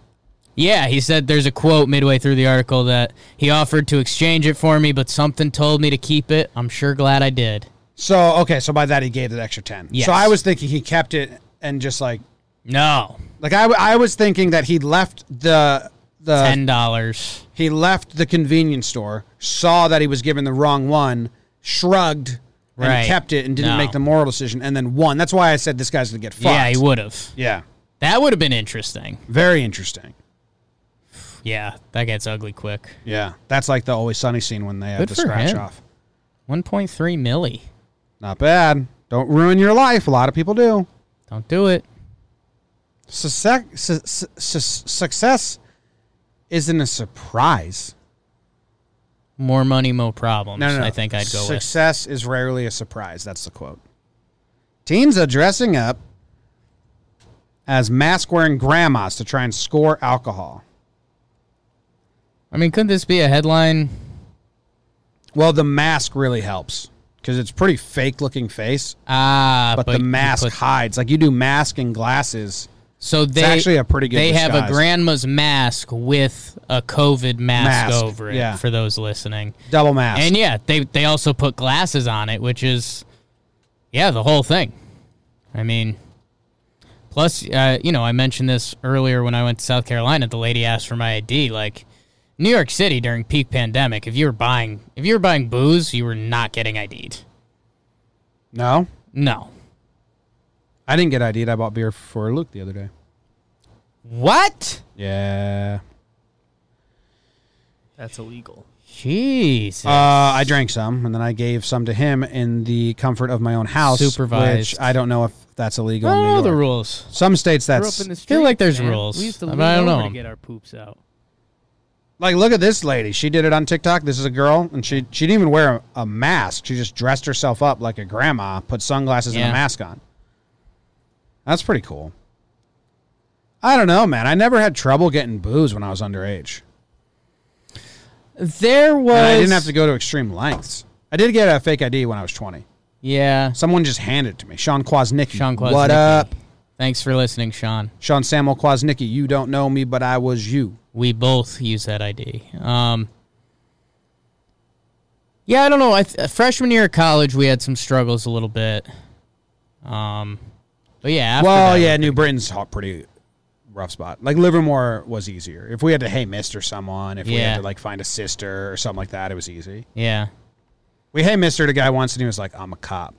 S2: Yeah, he said there's a quote midway through the article that he offered to exchange it for me, but something told me to keep it. I'm sure glad I did.
S1: So, okay, so by that he gave the extra 10.
S2: Yes.
S1: So I was thinking he kept it and just like
S2: No.
S1: like I, w- I was thinking that he left the the
S2: Ten dollars.
S1: he left the convenience store, saw that he was given the wrong one, shrugged, and
S2: Right.
S1: kept it and didn't
S2: No.
S1: make the moral decision, and then won. That's why I said this guy's going to get fucked.
S2: Yeah, he would have.
S1: Yeah.
S2: That would have been interesting.
S1: Very interesting.
S2: Yeah, that gets ugly quick.
S1: Yeah. That's like the Always Sunny scene when they have
S2: Good
S1: the
S2: for
S1: scratch
S2: him.
S1: off.
S2: One point three milli.
S1: Not bad. Don't ruin your life. A lot of people do.
S2: Don't do it.
S1: Success, su- su- su- success isn't a surprise.
S2: More money, more problems.
S1: No, no, no.
S2: I think I'd go with.
S1: Success is rarely a surprise. That's the quote. Teens are dressing up as mask wearing grandmas to try and score alcohol.
S2: I mean, could this be a headline?
S1: Well, the mask really helps because it's pretty fake looking face,
S2: Ah,
S1: but, the
S2: you
S1: mask
S2: put-
S1: hides. Like you do mask and glasses.
S2: So they
S1: actually a pretty good
S2: They have
S1: disguise.
S2: a grandma's mask with a COVID mask,
S1: Mask,
S2: over it.
S1: yeah.
S2: For those listening,
S1: Double mask.
S2: and yeah, they they also put glasses on it, which is yeah, the whole thing. I mean, plus uh, you know, I mentioned this earlier when I went to South Carolina. The lady asked for my ID, like. New York City during peak pandemic, if you were buying if you were buying booze, you were not getting ID'd.
S1: no,
S2: No.
S1: I didn't get ID'd. I bought beer for Luke the other day.
S2: What?
S1: Yeah.
S4: That's illegal.
S2: Jesus.
S1: Uh, I drank some, and then I gave some to him in the comfort of my own house.
S2: Supervised.
S1: Which I don't know if that's illegal.
S2: I
S1: in
S2: don't
S1: New
S2: know the
S1: York.
S2: rules.
S1: Some states that's
S2: feel like there's rules. but I don't know. 'em.
S10: our poops out.
S1: like look at this lady. She did it on TikTok. This is a girl, and she she didn't even wear a, a mask. She just dressed herself up like a grandma, put sunglasses and
S2: Yeah.
S1: a mask on. That's pretty cool. I don't know, man. I never had trouble getting booze when I was underage.
S2: There was.
S1: And I didn't have to go to extreme lengths. I did get a fake ID when I was twenty.
S2: Yeah.
S1: Someone just handed it to me. Sean Kwasnicki.
S2: Sean Kwasnicki.
S1: What up?
S2: Thanks for listening, Sean.
S1: Sean Samuel Kwasnicki. You don't know me, but I was you.
S2: We both use that ID. Um, yeah, I don't know. I th- uh, freshman year of college, we had some struggles a little bit. Um, but yeah. After
S1: well,
S2: that,
S1: yeah, New Britain's hot pretty rough spot. Like Livermore was easier. If we had to hey mister someone, if we
S2: Yeah.
S1: had to like find a sister or something like that, it was easy.
S2: Yeah.
S1: We hey mister a guy once and he was like, I'm a cop.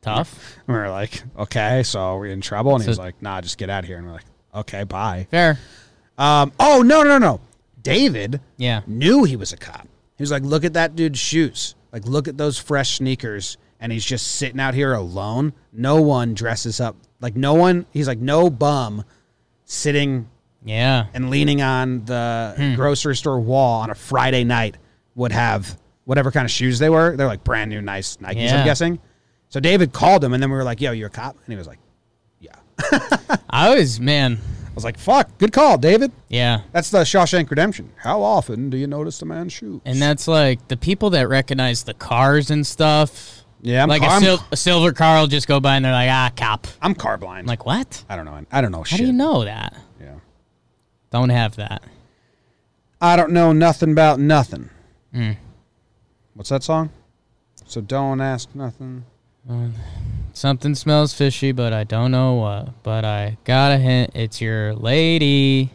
S2: Tough.
S1: And we were like, Okay, so we're in trouble and he
S2: So-
S1: was like, Nah, just get out of here and we're like, Okay, bye.
S2: Fair.
S1: Um oh no no no. David
S2: Yeah.
S1: knew he was a cop. He was like, Look at that dude's shoes. Like look at those fresh sneakers and he's just sitting out here alone. No one dresses up like no one he's like no bum sitting
S2: Yeah.
S1: and leaning on the
S2: Hmm.
S1: grocery store wall on a Friday night would have whatever kind of shoes they were. They're like brand new, nice Nikes,
S2: Yeah.
S1: I'm guessing. So David called him, and then we were like, "Yo, you're a cop," and he was like, "Yeah."
S2: I always, man.
S1: I was like, "Fuck, good call, David."
S2: Yeah.
S1: That's the Shawshank Redemption. How often do you notice the man's shoes?
S2: And that's like the people that recognize the cars and stuff.
S1: Yeah, I'm
S2: like
S1: car-
S2: a,
S1: I'm-
S2: sil- a silver car will just go by and they're like, ah, cop.
S1: I'm carblind.
S2: I'm like, what?
S1: I don't know. I don't know
S2: How
S1: shit.
S2: do you know that?
S1: Yeah.
S2: Don't have that.
S1: I don't know nothing about nothing.
S2: Hmm.
S1: What's that song? So don't ask nothing.
S2: Something smells fishy, but I don't know what. But I got a hint. It's your lady,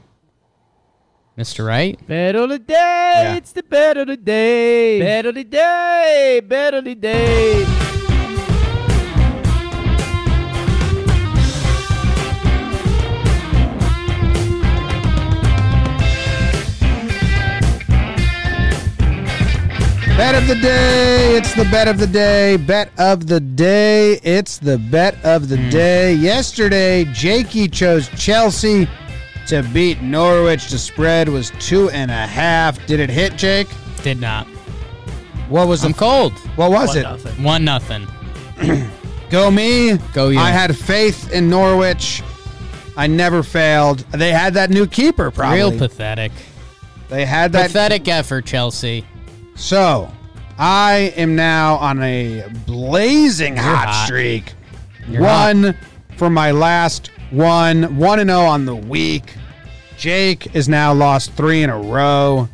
S2: Mr. Right.
S4: Battle the day,
S1: Yeah.
S4: it's the battle the day. Battle the day, battle the day.
S1: Bet of the day. It's the bet of the day. Bet of the day. It's the bet of
S2: Hmm.
S1: the day. Yesterday, Jakey chose Chelsea to beat Norwich. The spread was two and a half. Did it hit, Jake?
S2: Did not.
S1: What was
S2: I'm
S1: the
S2: cold.
S1: what was it?
S3: Nothing.
S2: One nothing.
S1: Go me.
S2: Go you.
S1: I had faith in Norwich. I never failed. They had that new keeper, probably.
S2: Real pathetic.
S1: they had that
S2: pathetic effort, Chelsea.
S1: So, I am now on a blazing hot,
S2: hot.
S1: streak. one for my last one, one and zero on the week. Jake is now lost three in a row,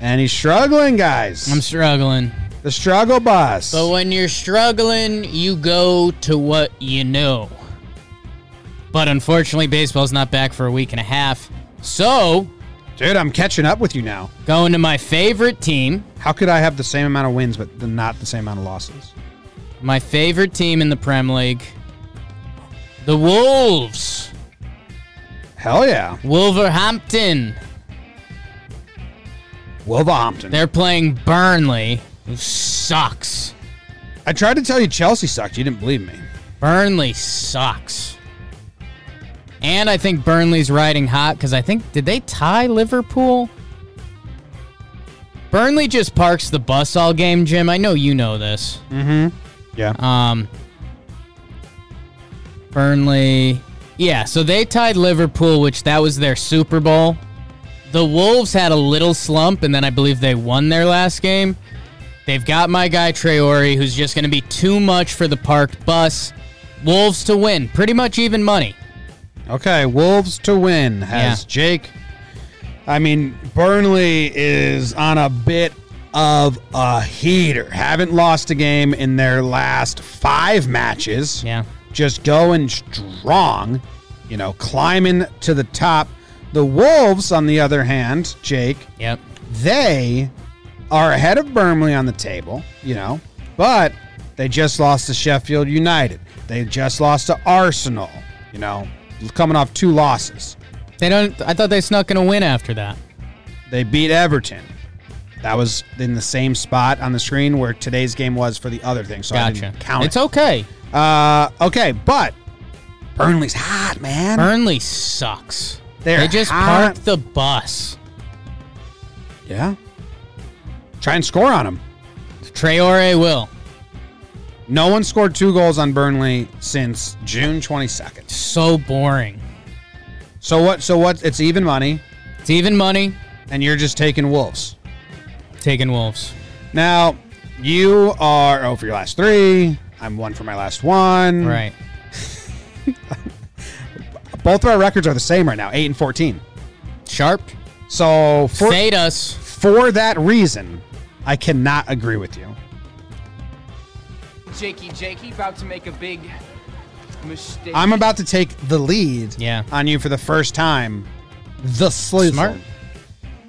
S1: and he's struggling, guys.
S2: I'm struggling.
S1: the struggle bus.
S2: But when you're struggling, you go to what you know. But unfortunately, baseball's not back for a week and a half. So,
S1: Dude, I'm catching up with you now.
S2: going to my favorite team,
S1: How could I have the same amount of wins but the- not the same amount of losses?
S2: my favorite team in the Prem League, the Wolves,
S1: Hell yeah,
S2: Wolverhampton.
S1: Wolverhampton.
S2: They're playing Burnley, who sucks.
S1: I tried to tell you Chelsea sucked. You didn't believe me.
S2: Burnley sucks. And I think Burnley's riding hot because I think did they tie Liverpool? Burnley just parks the bus all game, Jim. I know you know this.
S1: Yeah.
S2: Um, Burnley, yeah. So they tied Liverpool, which that was their Super Bowl. The Wolves had a little slump, and then I believe they won their last game. They've got my guy Traore, who's just going to be too much for the parked bus. Wolves to win, pretty much even money.
S1: Okay, Wolves to win has
S2: Yeah.
S1: Jake. I mean, Burnley is on a bit of a heater. Haven't lost a game in their last five matches.
S2: Yeah.
S1: Just going strong, you know, climbing to the top. The Wolves, on the other hand, Jake,
S2: Yep.
S1: they are ahead of Burnley on the table, you know, but they just lost to Sheffield United. They just lost to Arsenal, you know, coming off two losses.
S2: They don't. I thought they snuck in a win after that.
S1: They beat Everton. That was in the same spot on the screen where today's game was for the other thing, so I
S2: Gotcha.
S1: didn't count
S2: It's
S1: it.
S2: okay.
S1: Uh, okay, but Burnley's hot, man.
S2: Burnley sucks.
S1: They're
S2: they just
S1: hot.
S2: parked the bus.
S1: yeah. Try and score on them.
S2: Traore will.
S1: No one scored two goals on Burnley since June 22nd.
S2: So boring.
S1: So what? So what? It's even money,
S2: It's even money.
S1: and you're just taking Wolves.
S2: Taking Wolves.
S1: Now, You are 0 for your last three. I'm 1 for my last one.
S2: Right.
S1: Both of our records are the same right now 8 and 14.
S2: Sharp.
S1: So for,
S2: Fade us.
S1: for that reason, I cannot agree with you.
S10: Jakey Jakey about to make a big mistake.
S1: I'm about to take the lead
S2: Yeah.
S1: on you for the first time. The sleuth.
S2: Smart.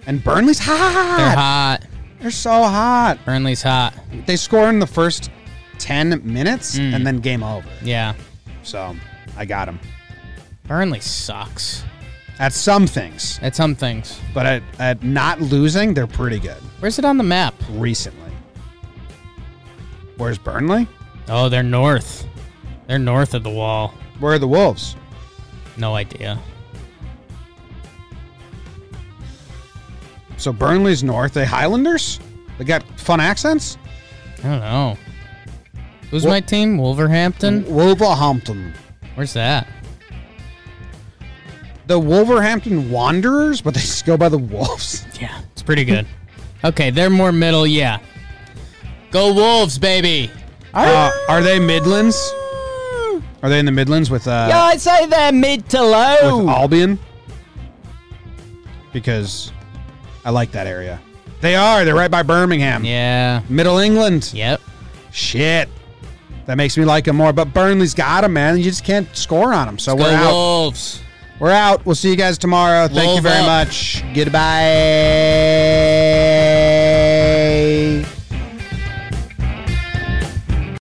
S1: And Burnley's hot.
S2: They're hot.
S1: They're so hot.
S2: Burnley's hot.
S1: They score in the first 10 minutes
S2: Mm.
S1: and then game over.
S2: Yeah.
S1: So I got him
S2: Burnley sucks
S1: at some things,
S2: at some things.
S1: but at, at not losing, they're pretty good
S2: Where's it on the map?
S1: recently. Where's Burnley?
S2: Oh, they're north. They're north of the wall.
S1: Where are the Wolves?
S2: No idea.
S1: So Burnley's north. They Highlanders? They got fun accents?
S2: I don't know. Who's
S1: Wol-
S2: my team? Wolverhampton?
S1: Wolverhampton.
S2: Where's that?
S1: The Wolverhampton Wanderers, but they just go by the Wolves.
S2: Yeah, it's pretty good. okay, they're more middle, yeah. Go Wolves, baby!
S1: Uh, are they Midlands? Are they in the Midlands with uh,
S2: Yeah, I'd say they're mid to low.
S1: with Albion because I like that area. They are. They're right by Birmingham.
S2: yeah.
S1: Middle England.
S2: Yep.
S1: Shit. That makes me like them more. But Burnley's got them, man. You just can't score on them. So
S2: Go
S1: we're out.
S2: Wolves.
S1: We're out. We'll see you guys tomorrow. Thank you
S2: Wolf
S1: very
S2: up.
S1: much. Goodbye.